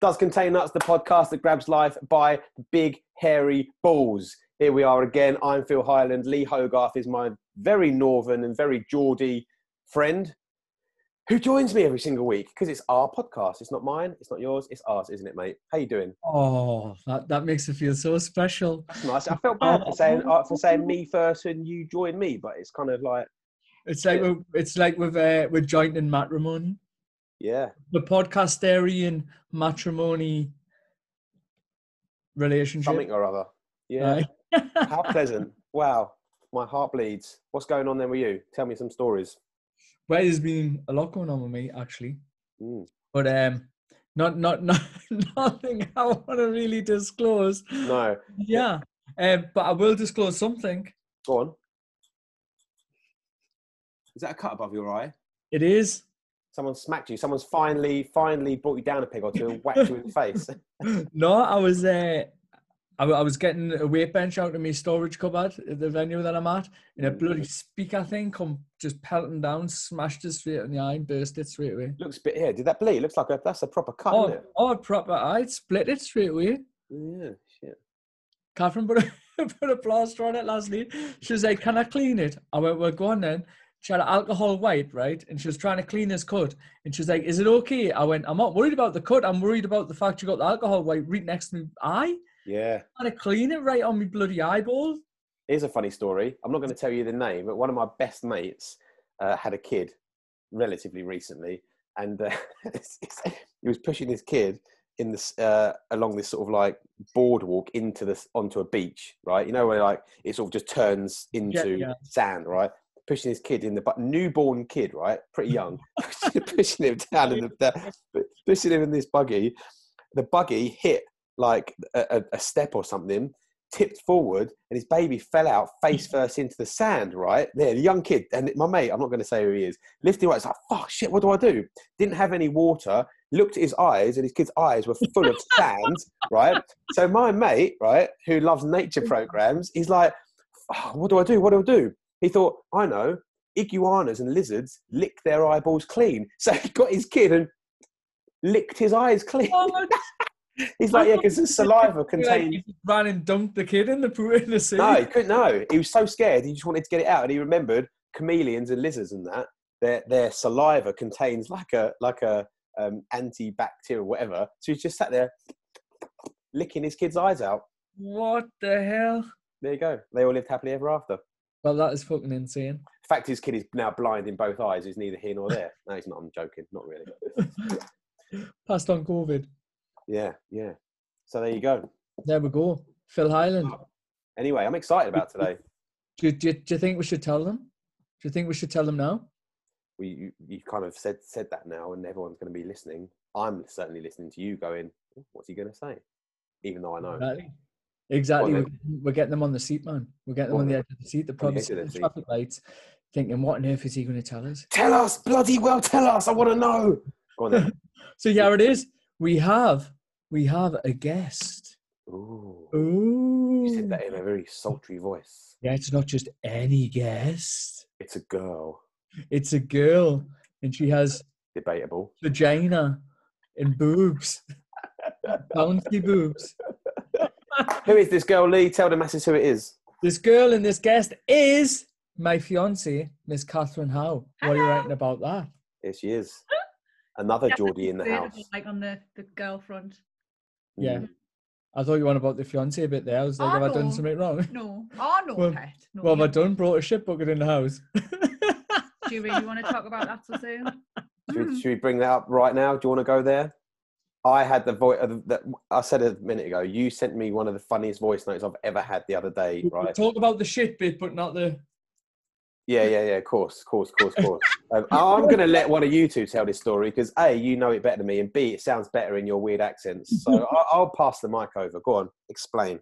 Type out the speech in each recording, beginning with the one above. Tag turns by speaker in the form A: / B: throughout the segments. A: Does Contain Nuts, the podcast that grabs life by big, hairy balls. Here we are again. I'm Phil Highland. Lee Hogarth is my very northern and very Geordie friend who joins me every single week because it's our podcast. It's not mine, it's not yours, it's ours, isn't it, mate? How you doing?
B: Oh, that, that makes it feel so special.
A: That's nice. I felt bad for saying, uh, for saying me first and you join me, but it's kind of like,
B: It's like with- it's like with uh, with joint and matrimony,
A: yeah,
B: the podcastarian matrimony relationship.
A: something or other. Yeah.
B: right?
A: How pleasant. Wow. My heart bleeds. What's going on then with you? Tell me some stories.
B: well, there's been a lot going on with me actually,
A: Mm.
B: but um, not not not nothing I want to really disclose.
A: No.
B: Yeah, um, but I will disclose something.
A: Go on. Is that a cut above your eye?
B: It is
A: Someone smacked you. Someone's finally, finally brought you down a peg or two and whacked you in the face.
B: no, I was uh, I, wa- I was getting a weight bench out of my storage cupboard at the venue that I'm at, and a bloody speaker thing come just pelting down, smashed us straight in the eye, and burst it straight away.
A: Looks a bit here. Did that bleed? Looks like a, that's a proper cut,
B: Oh,
A: isn't it?
B: oh, proper! I split it straight away.
A: Yeah, shit.
B: Catherine put a, put a plaster on it last night. She was like, "Can I clean it?" I went, "Well, go on then." She had alcohol wipe, right? And she was trying to clean this cut. And she was like, "Is it okay?" I went, "I'm not worried about the cut. I'm worried about the fact you got the alcohol wipe right next to me eye."
A: Yeah.
B: trying to clean it right on my bloody eyeball.
A: Here's a funny story. I'm not going to tell you the name, but one of my best mates uh, had a kid relatively recently, and uh, it's- it's- he was pushing his kid in this uh, along this sort of like boardwalk into this onto a beach, right? You know where like it sort of just turns into
B: yeah.
A: sand, right? Pushing his kid in the but newborn kid, right? Pretty young, pushing him down in the down- pushing him in this buggy. The buggy hit like a, a, a step or something, tipped forward, and his baby fell out face first into the sand, right? There, the young kid, and my mate, I'm not going to say who he is, lifted him up. It's like, fuck, shit, what do I do? Didn't have any water, looked at his eyes, and his kid's eyes were full of sand, right? So my mate, right, who loves nature
B: Mm.
A: programs, he's like, "Oh, what do I do? What do I do? He thought, I know, iguanas and lizards lick their eyeballs clean. So he got his kid and licked his eyes clean.
B: Oh my
A: He's like, yeah, because the saliva contains.
B: Like, ran and dumped the kid in the pool in the sea.
A: No, he couldn't. No, he was so scared. He just wanted to get it out, and he remembered chameleons and lizards and that their their saliva contains like a like a um, antibacterial whatever. So he's just sat there licking his kid's eyes out.
B: What the hell?
A: There you go. They all lived happily ever after.
B: Well, that is fucking insane.
A: In fact, his kid is now blind in both eyes. He's neither here nor there. No, he's not. I'm joking. Not really.
B: Passed on COVID.
A: Yeah, yeah. So there you go.
B: There we go. Phil Highland.
A: Anyway, I'm excited about today.
B: Do, you- do, you- do you think we should tell them? Do you think we should tell them now?
A: we you, you kind of said said that now, and everyone's going to be listening. I'm certainly listening to you, going, "Oh, "What's he going to say?" Even though I know.
B: Exactly. Exactly.
A: Go on
B: We're, we're getting them on the seat, man. We're getting
A: Go
B: them
A: on
B: on the
A: then.
B: edge of the seat. The
A: On the
B: problem
A: edge of their seat.
B: traffic lights, thinking, what on earth is he going to tell us?
A: Tell us, bloody well, tell us. I want to know. Go on then.
B: So yeah, it is. We have we have a guest.
A: Ooh.
B: Ooh.
A: You said that in a very sultry voice.
B: Yeah, it's not just any guest.
A: It's a girl.
B: It's a girl, and she has
A: Debatable.
B: vagina and boobs, bouncy boobs.
A: Who is this girl, Lee? Tell the masses who it is.
B: This girl and this guest is my fiance, Miss Catherine Howe. What are you
C: Hello.
B: writing about that?
A: Here she is. Another
C: That's
A: Geordie in the
C: available,
A: house.
C: Like on the, the girl front.
A: Mm.
B: Yeah,
C: Mhm.
B: I thought you were on about the fiance a bit there. I was like,
C: I
B: have I done
C: know.
B: something wrong?
C: No. Oh, no,
B: Well-
C: pet. No,
B: Well,
C: you-
B: have I done? Brought a shit bucket in the house.
C: Do you really want to talk about that so soon?
A: Should, we,
C: Mm.
A: should we bring that up right now? Do you want to go there? I had the voice. That I said a minute ago. You sent me one of the funniest voice notes I've ever had the other day.
B: We- we
A: Right?
B: Talk about the shit bit, but not the
A: Yeah, yeah, yeah. Of course, of course, of course, of course. Um, I'm going to let one of you two tell this story because a, you know it better than me, and b, it sounds better in your weird accents. So I, I'll pass the mic over. Go on, explain.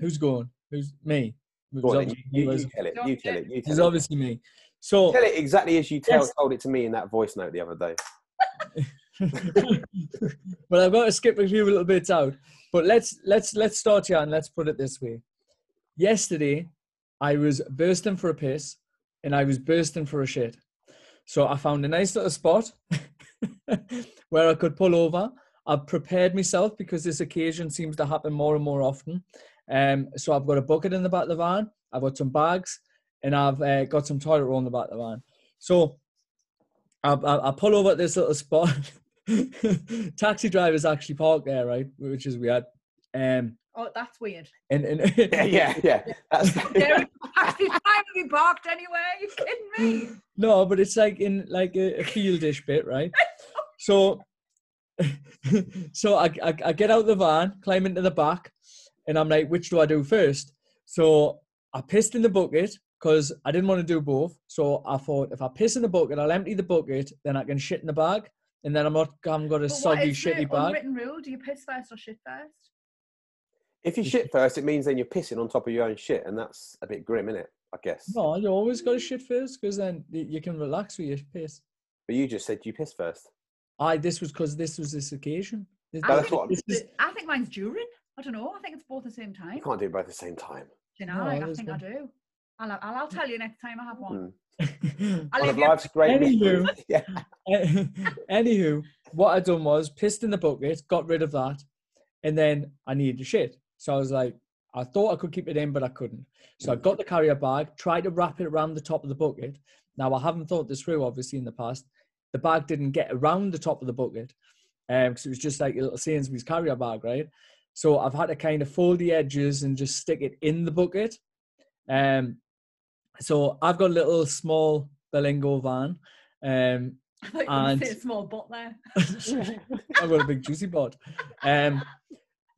B: who's going? Who's me? It
A: Go
B: was
A: on, you,
B: obviously me,
A: you, you
B: wasn't
A: tell it. You tell it. You
B: it? It was
A: tell it.
B: obviously me. So
A: Tell it exactly as you tell,
B: Yes.
A: told it to me in that voice note the other day.
B: but I've got to skip a few little bits out. But let's let's let's start here and let's put it this way. Yesterday, I was bursting for a piss, and I was bursting for a shit. So I found a nice little spot where I could pull over. I've prepared myself because this occasion seems to happen more and more often. Um, so I've got a bucket in the back of the van. I've got some bags, and I've uh, got some toilet roll in the back of the van. So I, I, I pull over at this little spot. Taxi driver's actually parked there, right? Which is weird. Um,
C: Oh, that's weird.
B: and and
A: Yeah, yeah, yeah. That's,
C: There is actually time to be parked anywhere. Are you kidding me?
B: No, but it's like in like a, a fieldish bit, right? So, so I, I I get out the van, climb into the back, and I'm like, which do I do first? So I pissed in the bucket because I didn't want to do both. So I thought if I piss in the bucket, I'll empty the bucket, then I can shit in the bag, and then I'm not I haven't got a
C: But what
B: soggy
C: is the
B: shitty bag.
C: unwritten rule? Do you piss first or shit first?
A: if you shit first, it means then you're pissing on top of your own shit, and that's a bit grim, innit? I guess.
B: No, you always got to shit first because then y- you can relax with your piss.
A: But you just said you piss first.
B: I this was because this was this occasion. This-
A: No,
C: I
A: that's
C: think
A: what I'm-
B: this is-
C: it's- I think mine's during. I don't know. I think it's both at the same time.
A: You can't do both at the same time.
C: You
B: No,
C: know, like, I
B: there's
C: think I do. I'll, I'll, I'll tell you next time I have one.
A: Hmm. One
C: I'll leave
A: of
C: you
A: life's great
B: Anywho.
A: mysteries. Yeah.
B: Anywho, what I done was pissed in the bucket, got rid of that, and then I needed to shit. So I was like, I thought I could keep it in, but I couldn't. So I got the carrier bag, tried to wrap it around the top of the bucket. Now I haven't thought this through, obviously, in the past. The bag didn't get around the top of the bucket because it was just like a little Sainsbury's carrier bag, right? So I've had to kind of fold the edges and just stick it in the bucket. Um, so I've got a little small Belingo van. Um,
C: I thought you were gonna
B: And-
C: say a small butt there.
B: I've got a big juicy bod. Um,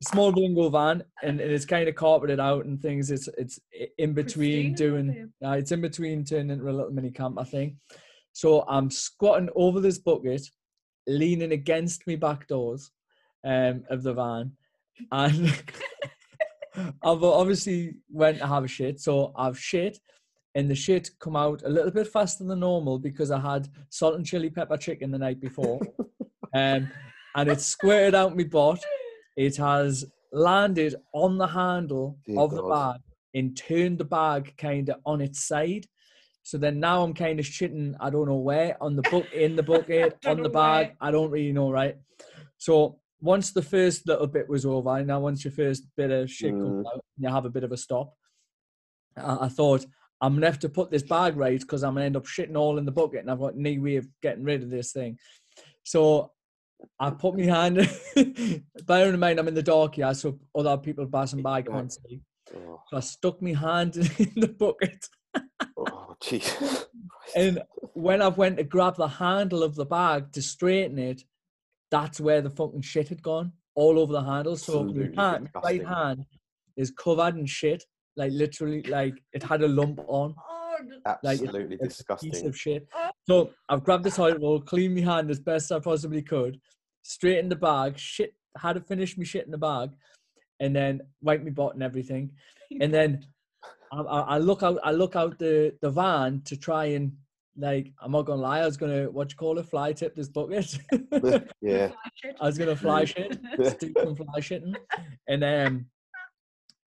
B: small bingo van, and, and it's kind of carpeted out and things. It's it's i- in between
C: Pristine,
B: doing. Uh, it's in between turning into a little mini camp, I think. So I'm squatting over this bucket, leaning against me back doors um, of the van, and I've obviously went to have a shit. So I've shit. And the shit come out a little bit faster than normal because I had salt and chili pepper chicken the night before. um, and it squirted out my butt. It has landed on the handle
A: Dear
B: of the
A: God.
B: bag and turned the bag kind of on its side. So then now I'm kind of shitting, I don't know where, on the book, in the bucket,
C: Don't
B: on the
C: know where.
B: bag. I don't really know, right? So once the first little bit was over, now once your first bit of shit comes
C: Mm.
B: out, you have a bit of a stop. I, I thought, I'm going to have to put this bag right because I'm going to end up shitting all in the bucket and I've got no way of getting rid of this thing. So I put my hand, bearing in mind I'm in the dark here, so other people passing by can't see.
A: Oh,
B: So I stuck my hand in the bucket.
A: oh, Jesus.
B: And when I went to grab the handle of the bag to straighten it, that's where the fucking shit had gone all over the handle. So my
A: Absolutely
B: hand, my right
A: disgusting.
B: hand is covered in shit. Like literally, like it had a lump on.
C: Oh, d-
B: Like, it's-
A: Absolutely
B: it's piece
A: disgusting.
B: of shit.
C: Oh.
B: So I've grabbed the toilet roll, cleaned my hand as best I possibly could, straightened the bag, shit, had to finish me shit in the bag, and then wiped my butt and everything. And then I, I, I look out, I look out the, the van to try and like, I'm not gonna lie, I was gonna what you call it, fly tip this bucket.
A: yeah.
C: I should.
B: I was gonna fly shit, do some fly shitting, and um,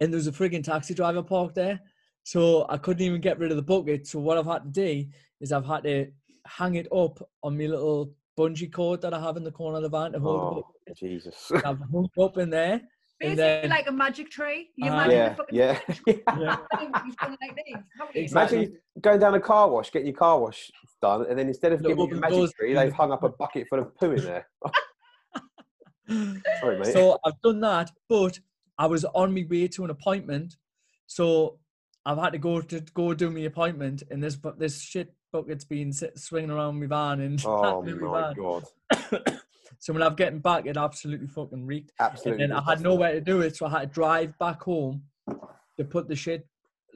B: and there was a frigging taxi driver parked there, so I couldn't even get rid of the bucket. So what I've had to do is I've had to hang it up on my little bungee cord that I have in the corner of the van to hold the
A: Oh,
B: bucket.
A: Jesus.
B: I've hung it up in there.
C: Basically,
B: and then-
C: like a magic tree. You
B: Uh,
C: imagine
A: Yeah,
C: the fucking
A: yeah.
C: thing you've done like these, haven't you?
B: Exactly.
A: Imagine going down a car wash, getting your car wash done, and then instead of
B: Look,
A: giving
B: what
A: you a
B: we've
A: magic
B: done-
A: tree, they've hung up a bucket full of poo in there. Sorry, mate.
B: So I've done that, but I was on my way to an appointment, so I've had to go to go do my appointment, and this bu- this shit bucket's been sit, swinging around my van and
A: oh
B: my
A: my
B: van.
A: god.
B: so when I'm getting back, it absolutely fucking reeked, and
A: Absolutely.
B: then I had
A: disgusting.
B: nowhere to do it, so I had to drive back home to put the shit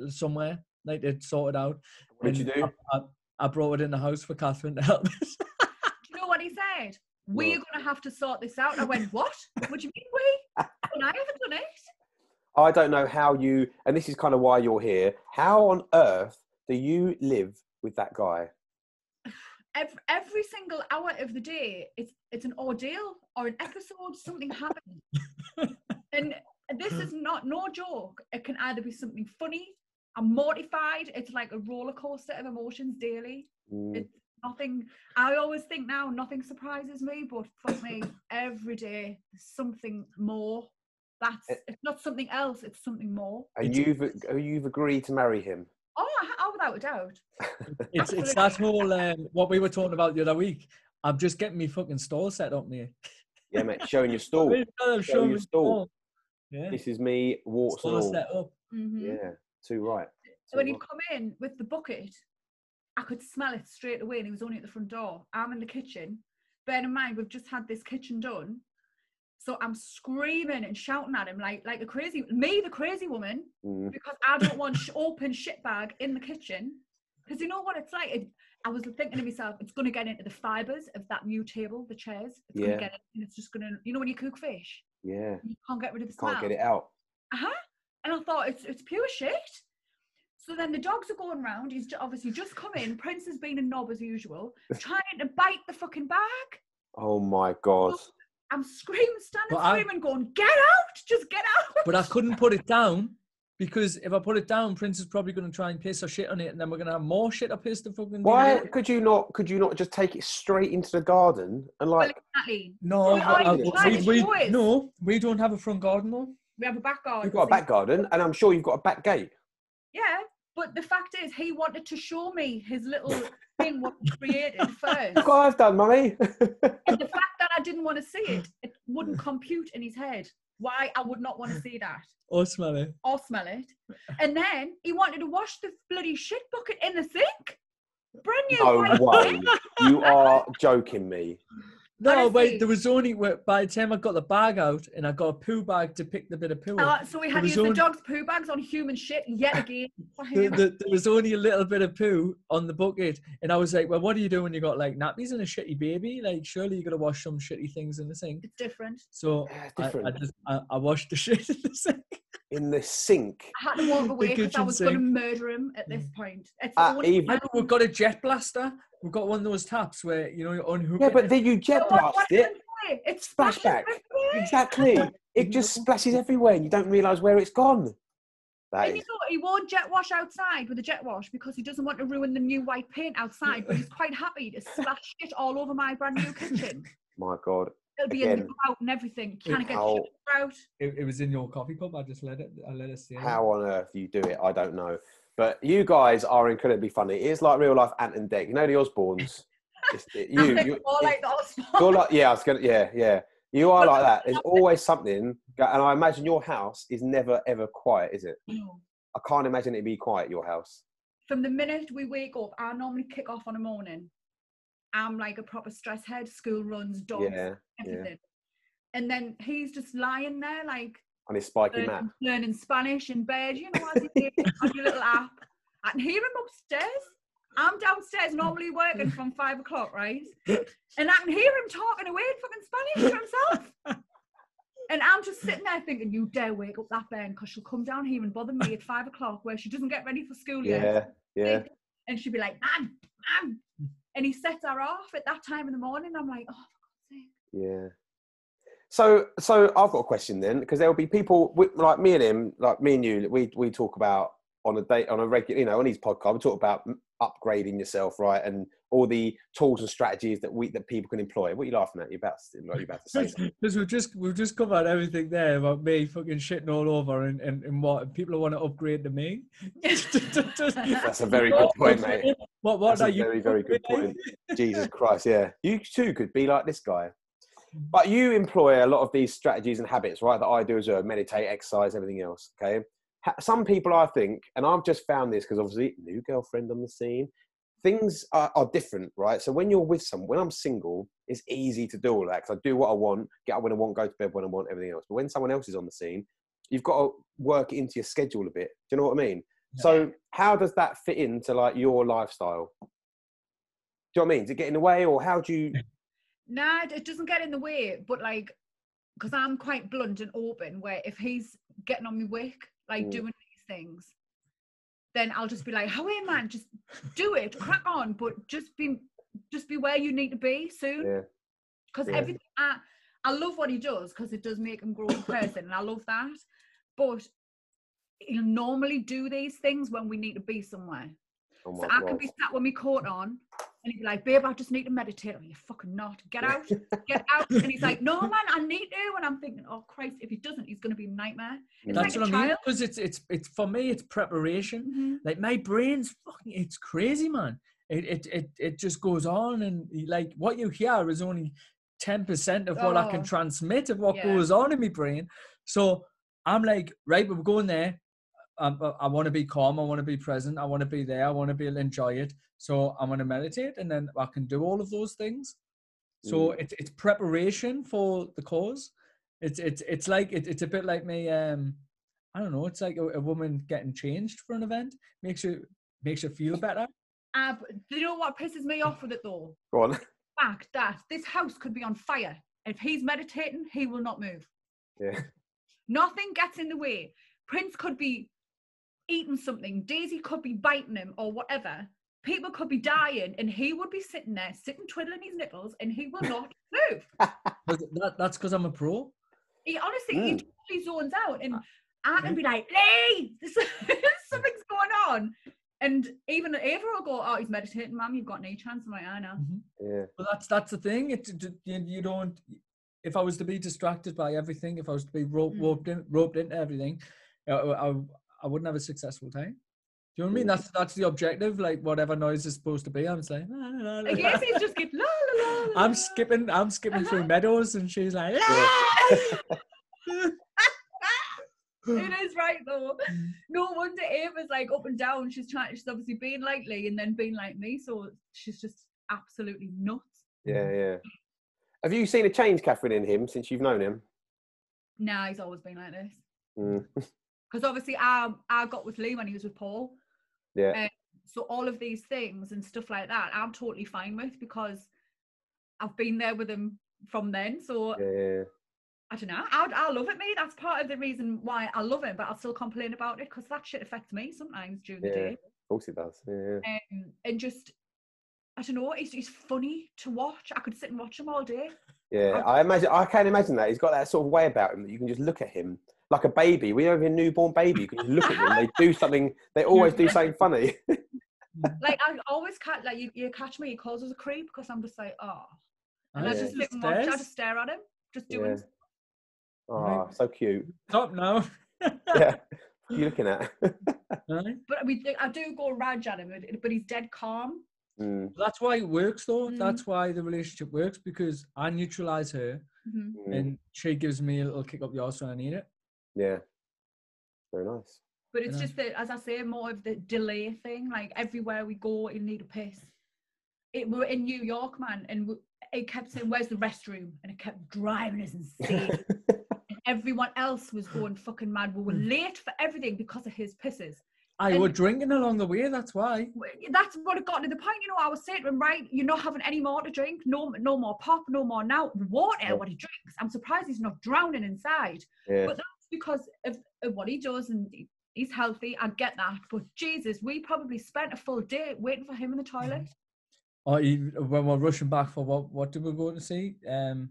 B: uh, somewhere, like to sort it out.
A: What did you
B: And
A: do?
B: I, I, I brought it in the house for Catherine to help.
C: Do you know what he said? We're
A: What?
C: going to have to sort this out. I went, what? What do you mean we? And I haven't done it.
A: I don't know how you, and this is kind of why you're here. How on earth do you live with that guy?
C: Every, every single hour of the day, it's it's an ordeal or an episode. Something happens, and this is not no joke. It can either be something funny. I'm mortified. It's like a roller coaster of emotions daily.
A: Mm,
C: It's nothing. I always think now nothing surprises me, but fuck me, every day there's something more. That's it's not something else. It's something more.
A: And you've uh, you've agreed to marry him.
C: Oh, I- oh, without a doubt.
B: It's it's that whole um, what we were talking about the other week. I'm just getting me fucking stall set up, mate.
A: Yeah, mate. Showing your stall. show
B: I'm showing
A: Oh, your
B: me
A: stall.
B: stall. Yeah,
A: this is me. Warts and
B: stall
A: all.
B: set up.
C: Mhm.
A: Yeah. Too right.
C: So
A: Too right.
C: when he'd come in with the bucket, I could smell it straight away, and he was only at the front door. I'm in the kitchen. Bear in mind, we've just had this kitchen done, so I'm screaming and shouting at him like like a crazy me, the crazy woman,
A: Mm.
C: because I don't want sh- open shit bag in the kitchen. Because you know what it's like. It, I was thinking to myself, it's going to get into the fibers of that new table, the chairs. It's going
A: Yeah.
C: to get in, and it's just going to, you know, when you cook fish,
A: Yeah.
C: you can't get rid of the smell Uh-huh.
A: Can't get it out.
C: and I thought it's it's pure shit. So then the dogs are going round. He's ju- obviously just come in. Prince has been a knob as usual, trying to bite the fucking bag.
A: Oh my god.
C: I'm screaming, standing,
B: But I-
C: screaming, going, "Get out! Just get out!"
B: But I couldn't put it down because if I put it down, Prince is probably going to try and piss or shit on it, and then we're going to have more shit or piss the fucking. thing
A: Why
B: out.
A: could you not? Could you not just take it straight into the garden and like?
C: Exactly.
B: No,
A: Why
B: I-
A: are you
B: I-
A: trying
B: we-
A: to
B: we-
C: show it?
B: no, we don't have a front garden though.
C: We have a back garden.
A: You've got a
C: so-
A: back garden, and I'm sure you've got a back gate.
C: Yeah, but the fact is, he wanted to show me his little thing what he created first.
A: Look what I've done, mummy.
C: And the fact that I didn't want to see it, it wouldn't compute in his head why I would not want to see that.
B: Oh, smell it.
C: or smell it. And then he wanted to wash the bloody shit bucket in the sink. Brand new.
A: no
C: white
A: way.
C: sink.
A: You are joking me.
B: No,
C: Honestly.
B: wait, there was only wait, by the time I got the bag out and I got a poo bag to pick the bit of poo up.
C: Uh, so we
B: It
C: had to
B: was
C: use
B: only-
C: the dog's poo bags on human shit yet again. For
B: The-
C: him.
B: the- there was only a little bit of poo on the bucket, and I was like, "Well, what do you do when you got like nappies and a shitty baby? Like, surely you got to wash some shitty things in the sink."
C: It's different.
B: So
A: Yeah, it's
B: I, I,
A: different.
B: just, I, I washed the shit in the sink.
A: In the sink.
C: I had to walk
B: The
C: away because I
B: kitchen
C: was going to
B: sink. Mm.
C: murder him at this point. It's the
A: Ah,
C: only
A: Eve.
B: I know we've got a jet blaster. We've got one of those taps where you know you unhook.
A: Yeah,
B: it
A: but
B: and-
A: then you jet
C: But what-
A: blast
C: what
A: it.
C: can I say? It's
A: Splash
C: splashing
A: back.
C: everywhere.
A: Exactly. It just splashes everywhere, and you don't realise where it's gone. That
C: And
A: is.
C: you know, what? he won't jet wash outside with a jet wash because he doesn't want to ruin the new white paint outside, but he's quite happy to splash shit all over my brand new kitchen.
A: My God.
C: It'll be in the
A: Again.
C: grout and everything. You can't get
A: How-
C: shit out.
B: it, it was in your coffee cup. I just let it. I let it stay. there.
A: How on earth you do it, I don't know. But you guys are incredibly funny. It's like real life Ant and Deck. You know the Osbournes. It's, it- you,
C: Nothing
A: you,
C: more
A: it-
C: like the
A: you're
C: Osborne.
A: like, yeah, I was gonna, yeah, yeah. You are
C: Well,
A: like that. There's always something, go- and I imagine your house is never ever quiet, is it?
C: No.
A: I can't imagine it be quiet your house.
C: From the minute we wake up, I normally kick off on a morning. I'm like a proper stress head, school runs, dogs,
A: Yeah,
C: everything. And then he's just lying there, like
A: on his spiky map.
C: learning, learning Spanish in bed, you know, as he did on your little app. I can hear him upstairs. I'm downstairs normally working from five o'clock, right? And I can hear him talking away in fucking Spanish to himself. And I'm just sitting there thinking, you dare wake up that bairn because she'll come down here and bother me at five o'clock where she doesn't get ready for school
A: Yeah,
C: yet.
A: yeah.
C: And she'd be like, man, man. And he sets her off at that time in the morning. I'm like, oh, for God's sake.
A: Yeah. So, so I've got a question then, because there'll be people wi- like me and him, like me and you, that we we talk about on a date on a regular, you know, on these podcasts, we talk about m- upgrading yourself, right, and all the tools and strategies that we that people can employ. What are you laughing at? You're about to, like, you're about to say something.
B: Because we've just we've just covered everything there about me fucking shitting all over and, and, and what and people want to upgrade to me.
A: That's a very good point, mate.
B: What what
A: That's
B: are
A: a
B: you?
A: very, very good point.
B: upgrading?
A: Jesus Christ, yeah. You too could be like this guy. But you employ a lot of these strategies and habits, right? That I do as well meditate, exercise, everything else. Okay. Ha- Some people, I think, and I've just found this because obviously, new girlfriend on the scene, things are, are different, right? So when you're with someone, when I'm single, it's easy to do all that because I do what I want, get up when I want, go to bed when I want, everything else. But when someone else is on the scene, you've got to work it into your schedule a bit. Do you know what I mean? So how does that fit into like your lifestyle? Do you know what I mean? Is it getting away, or how do you?
C: Nah, it doesn't get in the way, but like, because I'm quite blunt and open, where if he's getting on me wick, like
A: Mm.
C: doing these things, then I'll just be like, "How in man? Just do it, crack on, but just be, just be where you need to be soon."
A: Yeah.
C: Because
A: yeah.
C: everything, I, I love what he does because it does make him grow in person, and I love that. But he'll normally do these things when we need to be somewhere.
A: Oh my
C: So I
A: God.
C: could be sat with my coat on, And he'd be like, babe, I just need to meditate. Oh, you fucking not. Get out. Get out. And he's like, no, man, I need to. And I'm thinking, oh, Christ, if he doesn't, he's going to be a nightmare. It's
B: That's
C: like
B: what
C: a
B: I mean.
C: child.
B: Because it's it's it's for me, it's preparation.
C: Mhm.
B: Like my brain's fucking, it's crazy, man. It it it, it just goes on, and like what you hear is only ten percent of what I can
C: Oh.
B: transmit of what
C: Yeah.
B: goes on in my brain. So I'm like, right, we're going there. Um, I, I want to be calm. I want to be present. I want to be there. I want to be able to enjoy it. So I'm going to meditate, and then I can do all of those things. So it's it's preparation for the cause. It's it's it's like it, it's a bit like me. Um, I don't know. It's like a, a woman getting changed for an event makes you makes you feel better.
C: Ah, but do you know what pisses me off with it though?
A: Go on.
C: Fact that this house could be on fire. If he's meditating, he will not move.
A: Yeah.
C: Nothing gets in the way. Prince could be eating something, Daisy could be biting him or whatever. People could be dying, and he would be sitting there, sitting twiddling his nipples, and he will not move.
B: 'Cause That, that's because I'm a pro.
C: He honestly,
A: Mm.
B: Hmm.
C: he totally zones out,
B: Ah.
C: and I can be like, "Lee, this- something's going on." And even Ava will go, "Oh, he's meditating, Mum. You've got no chance." I'm like, "I know."
A: Yeah.
B: But that's that's the thing. It, it- it- you, you don't. If I was to be distracted by everything, if I was to be rope,
C: Mm.
B: roped in, roped into everything, I, I, I wouldn't have a successful time. Do you know what I mean?
C: Hmm.
A: Mm.
B: That's that's the objective. Like whatever noise is supposed to be, I'm saying. "La, la, la, la."
C: I guess he's just get la la la. la, la."
B: I'm skipping. I'm skipping through meadows, and she's like, "Ah!"
C: It is right though. No wonder Ava's like up and down. She's trying. She's obviously being like Lee and then being like me. So she's just absolutely nuts.
A: Yeah. Yeah.
C: Mm.
A: Have you seen a change, Catherine, in him since you've known him?
C: Nah, he's always been like this.
A: Mm.
C: Because obviously, I I got with Lee when he was with Paul.
A: Yeah.
C: So all of these things and stuff like that, I'm totally fine with because I've been there with him from then. So
A: Yeah. yeah.
C: I don't know. I, I love it, me. That's part of the reason why I love him, but I'll still complain about it because that shit affects me sometimes during the
A: Yeah.
C: day.
A: Of course it does. Yeah.
C: um, and just I don't know. He's, he's funny to watch. I could sit and watch him all day.
A: Yeah. I imagine. I can imagine that. He's got that sort of way about him that you can just look at him like a baby. We have a newborn baby. You can just look at them. They do something. They always do something funny.
C: Like I always catch like you, you catch me. He calls us a creep because I'm just like oh, and
A: Yeah.
C: I just sit and watch. I just stare at him, just doing.
A: Yeah. Oh, so cute.
B: Top now.
A: Yeah. What are you looking at?
B: Right?
C: But we do, I do go rage at him, but- but he's dead calm.
A: Mm,
B: That's why it works, though.
C: Mhm.
B: That's why the relationship works because I neutralize her,
C: Mhm.
A: mm,
B: and she gives me a little kick up the arse when I need it.
A: yeah. Very nice.
C: But it's
B: Yeah.
C: just that, as I say, more of the delay thing. Like everywhere we go, he'll need a piss. It, we were in New York, man, and we, it kept saying, "Where's the restroom?" and it kept driving us insane. and everyone else was going fucking mad. We were late for everything because of his pisses.
B: I
C: And-
B: were drinking along the way. That's why.
C: W- That's what it got to the point. You know, I was saying to him, right, you're not having any more to drink, no, no more pop, no more now
A: Yeah.
C: water. What he drinks, I'm surprised he's not drowning inside
A: yeah.
C: because of, of what he does and. he- He's healthy, I get that, but Jesus, we probably spent a full day waiting for him in the toilet.
B: Or he, Oh, when we're rushing back for what? What did we go to see? Um,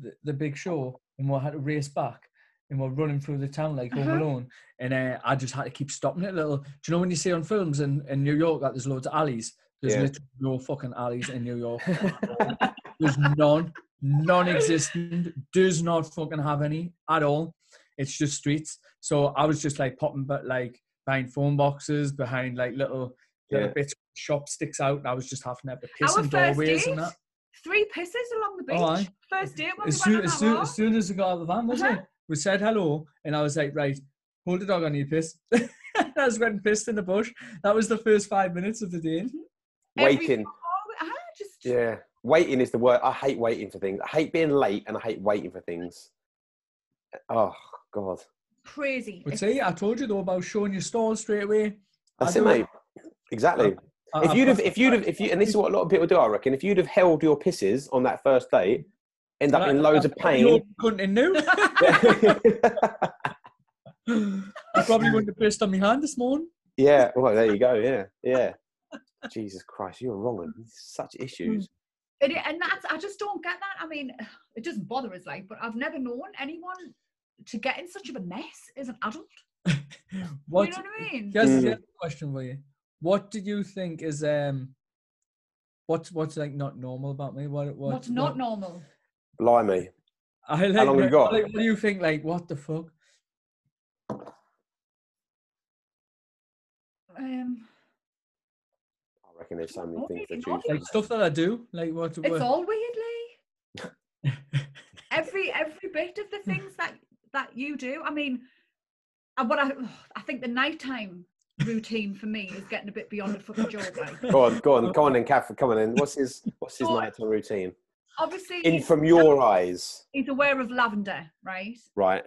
B: the, the Big Show, and we had to race back, and we're running through the town like Home
C: Uh-huh.
B: Alone, and uh, I just had to keep stopping it a little. Do you know when you see on films in, in New York that there's loads of alleys? There's
A: Yeah.
B: literally no fucking alleys in New York. There's none, non-existent. Does not fucking have any at all. It's just streets. So I was just like popping, but like behind phone boxes, behind like little little
A: Yeah.
B: bits of shop sticks out. And I was just having to have to piss
C: Our
B: in
C: first
B: doorways
C: date,
B: and that.
C: three pisses along the beach.
B: Mm-hmm. Oh,
C: First date when
B: As
C: we
B: soon,
C: went
B: as,
C: on
B: soon,
C: that
B: as soon as I got out of the van, wasn't
C: Uh-huh.
B: it? We said hello, and I was like, right, hold the dog on you piss. And I just went and pissed in the bush. That was the first five minutes of the day.
C: every-
A: Waiting.
C: Oh, I just
A: Yeah. Waiting is the word. I hate waiting for things. I hate being late and I hate waiting for things. Oh, God.
C: crazy.
B: But
C: It's-
B: see, I told you though about showing your stall straight away.
A: That's
B: I
A: it,
B: don't-
A: mate. Exactly.
B: I-
A: If
B: I've
A: you'd have,
B: got-
A: if you'd have, if you, and this is what a lot of people do, I reckon, if you'd have held your pisses on that first date, end up in loads of
B: You're
A: pain.
B: cunting new. I probably wouldn't have pissed on my hand this morning.
A: yeah. Well, there you go. Yeah. Yeah. Jesus Christ, you're wrong. man. Such issues.
C: It, and that's I just don't get that. I mean, it doesn't bother us like, but I've never known anyone to get in such of a mess as an adult.
B: What?
C: You know what I mean?
B: Here's
A: Mm.
B: the other question for you. What do you think is um What's what's like not normal about me? What what-
C: What's not
B: what-
C: normal?
A: Blimey.
B: I like,
A: long have you got?
B: like, what do you think? Like, what the fuck?
C: Um,
A: I reckon there's so many things to choose from.
B: Like stuff that I do. Like what?
C: it's
B: what-
C: all weirdly every every bit of the things that that you do. I mean, and what I I think the nighttime routine for me is getting a bit beyond a fucking joke. Right?
A: Go on, go on, go on then, Kath, come on in. What's his what's his
C: Sure.
A: nighttime routine?
C: Obviously,
A: In from your eyes.
C: he's aware of lavender, right?
A: Right.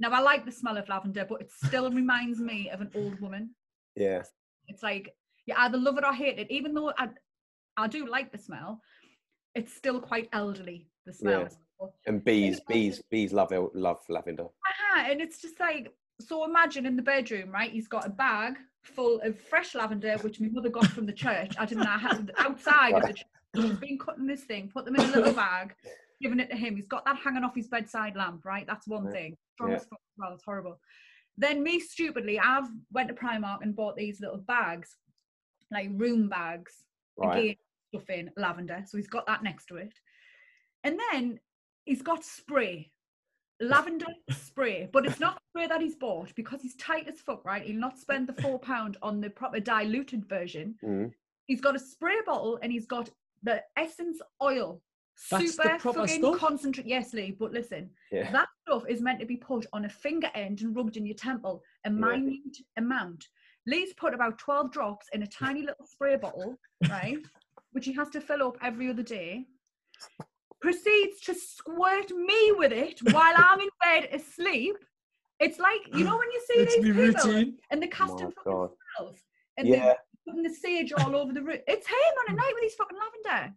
C: Now I like the smell of lavender, but it still reminds me of an old woman.
A: Yeah.
C: It's like you either love it or hate it. Even though I, I do like the smell, it's still quite elderly. The smell.
A: Yeah. And bees,
C: about
A: bees, bees love el- love lavender.
C: Aha, and it's just like so. Imagine in the bedroom, right? He's got a bag full of fresh lavender, which my mother got from the church. I didn't know I had outside of the church. She's been cutting this thing, put them in a little bag, giving it to him. He's got that hanging off his bedside lamp, right? That's one
A: Yeah.
C: thing. Strong
A: Yeah.
C: as fuck as well. It's horrible. Then me stupidly, I've went to Primark and bought these little bags, like room bags,
A: Right.
C: again stuff in lavender so he's got that next to it and then he's got spray lavender spray but it's not spray that he's bought because he's tight as fuck right he'll not spend the four pound on the proper diluted version
A: Mm.
C: he's got a spray bottle and he's got the essence oil
B: That's the
C: super
B: proper
C: fucking
B: stuff?
C: concentrate yes lee but listen
A: Yeah.
C: that stuff is meant to be put on a finger end and rubbed in your temple a minute amount lee's put about 12 drops in a tiny little spray bottle right which he has to fill up every other day proceeds to squirt me with it while i'm in bed asleep it's like you know when you see
B: It's
C: these
B: me
C: people
B: routine.
C: and they're
A: my
C: casting fucking
A: God.
C: spells and they're
A: Yeah.
C: putting the sage all over the room. It's him on a night with his fucking lavender.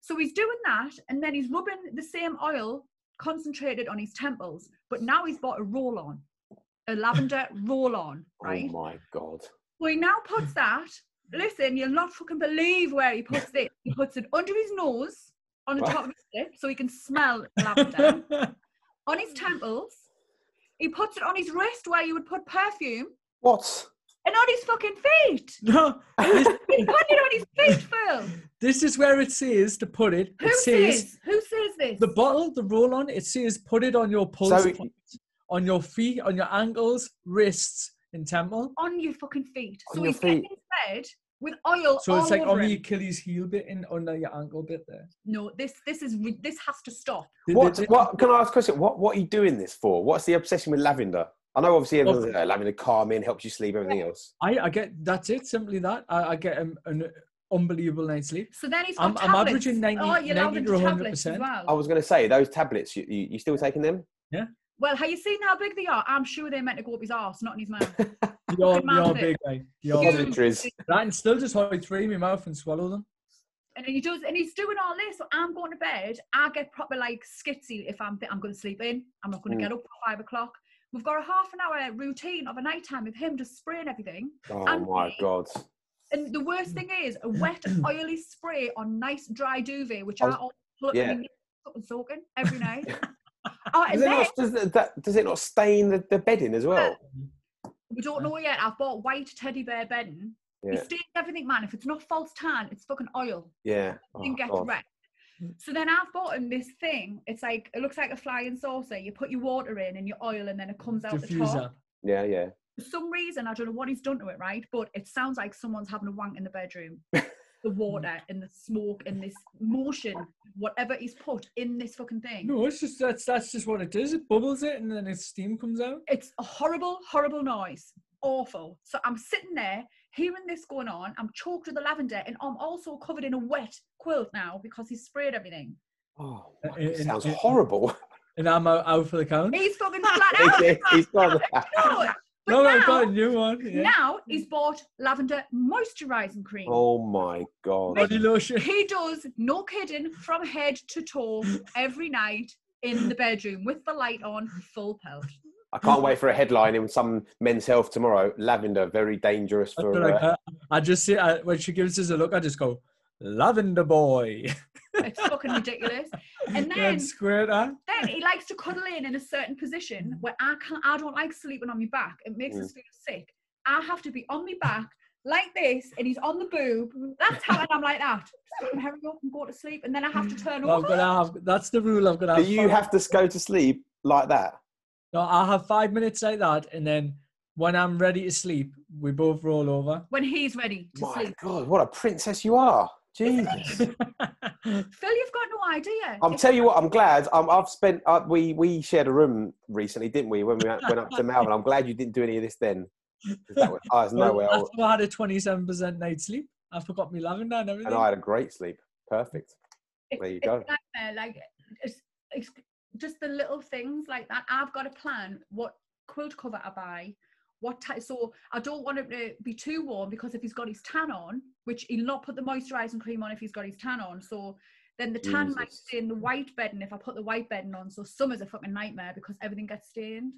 C: So he's doing that, and then he's rubbing the same oil concentrated on his temples. But now he's bought a roll on, a lavender roll on, right?
A: Oh my god.
C: So he now puts that. Listen, you'll not fucking believe where he puts it. He puts it under his nose, on the
A: Wow.
C: top of his lip, so he can smell lavender on his temples. He puts it on his wrist where you would put perfume,
A: What?
C: and on his fucking feet.
B: no, this,
C: He's putting it on his feet, Phil.
B: this is where it says to put it.
C: Who
B: It says
C: says? Who says this?
B: the bottle, the roll on, it says put it on your pulse,
A: So
B: point, on your feet, on your ankles, wrists, and temple.
C: on your fucking feet.
A: On
C: So
A: your
C: he's getting
A: feet.
C: his bed with oil
B: So
C: all
B: it's like
C: over
B: on the
C: him.
B: Achilles heel bit and under your ankle bit there.
C: No, this this is re- this has to stop.
B: Th-
A: What?
B: th-
A: What? Can I ask a question? What? What are you doing this for? What's the obsession with lavender? I know obviously everyone's like, "Oh, lavender calming, helps you sleep, everything else.
B: I, I get that's it. Simply that I, I get um, an unbelievable night's sleep.
C: So then he's got
B: I'm- I'm
C: tablets.
B: averaging 90
C: oh, you're
B: 90
C: allowed
B: to
C: to tablets as
B: 100%.
C: well.
A: I was going to say those tablets. You, you, you still taking them?
C: Well, have you seen how big they are? I'm sure they're meant to go up his arse, not in his mouth.
B: You're,
C: Fucking
B: you're
C: mountain.
B: big, mate. You're big.
A: Concentrates.
B: That and still just hold three in my mouth and swallow them.
C: and he does, and he's doing all this. So I'm going to bed. I get proper like skitsy if I'm I'm going to sleep in. I'm not going to
A: Mm.
C: get up at five o'clock. We've got a half an hour routine of a night time with him just spraying everything.
A: Oh
C: And
A: my
C: me.
A: god.
C: And the worst thing is a wet, oily spray on nice dry duvet, which
A: I
C: I
A: was-
C: all put
A: Oh, yeah.
C: in fucking soaking every night. oh,
A: Does
C: and
A: it,
C: then
A: not, does, it- that, does it not stain the, the bedding as well?
C: we don't know yet. I've bought white teddy bear bedding.
A: Yeah.
C: It stains everything, man. If it's not false tan, it's fucking oil.
A: Yeah.
C: It
A: Oh,
C: gets
A: God.
C: wet.
B: Mm.
C: So then I've bought him this thing. It's like it looks like a flying saucer. You put your water in and your oil, and then it comes out the top.
B: Diffuser.
A: Yeah, yeah.
C: for some reason, I don't know what he's done to it, right? But it sounds like someone's having a wank in the bedroom. the water and the smoke and this motion, whatever he's put in this fucking thing.
B: No, it's just that's that's just what it is. It bubbles it and then its steam comes out.
C: It's a horrible, horrible noise. Awful. So I'm sitting there hearing this going on. I'm choked with the lavender and I'm also covered in a wet quilt now because he's sprayed everything.
A: Oh,
B: Uh,
A: my- it
B: uh,
A: sounds
B: uh, uh,
A: horrible.
B: And I'm out, out for the count.
C: He's fucking flat out.
A: He's- he's gone.
C: No, but
B: no, I've
C: now,
B: got a new one. Yeah.
C: now he's bought lavender moisturizing cream.
A: Oh my god.
B: Body lotion.
C: he does no kidding from head to toe every night in the bedroom with the light on full pelt
A: I can't wait for a headline in some men's health tomorrow. Lavender, very dangerous
B: I,
A: for.
B: feel like
A: uh,
B: I, I just see I, when she gives us a look, I just go, Lavender boy.
C: it's fucking ridiculous and then
B: and squirt her.
C: then he likes to cuddle in in a certain position where i can't i don't like sleeping on my back it makes us feel sick i have to be on my back like this, and he's on the boob. That's how and I'm like that. Just hurry up and go to sleep, and then I have to turn
B: I've
C: over.
B: got to have. That's the rule. I've got
A: Do
B: to have.
A: you
B: five-
A: have to go to sleep like that?
B: No, I'll have five minutes like that, and then when I'm ready to sleep, we both roll over.
C: when he's ready to
A: My
C: sleep.
A: God, what a princess you are! Jesus.
C: Phil, you've got no idea.
A: I'm
C: It's-
A: tell you what, I'm glad. i I've spent. Uh, we we shared a room recently, didn't we? When we went went up to Melbourne, I'm glad you didn't do any of this then. 'Cause That was, I was nowhere,
B: That's why I had a 27% night's sleep. I forgot my lavender and everything.
A: and I had a great sleep. Perfect. There you
C: it's
A: go.
C: a nightmare, Like it's, it's just the little things like that. I've got to plan what quilt cover I buy, what type. So I don't want him to be too warm because if he's got his tan on, which he'll not put the moisturising cream on if he's got his tan on. So then the tan might
A: Jesus.
C: stain the white bedding if I put the white bedding on. So summer's a fucking nightmare because everything gets stained.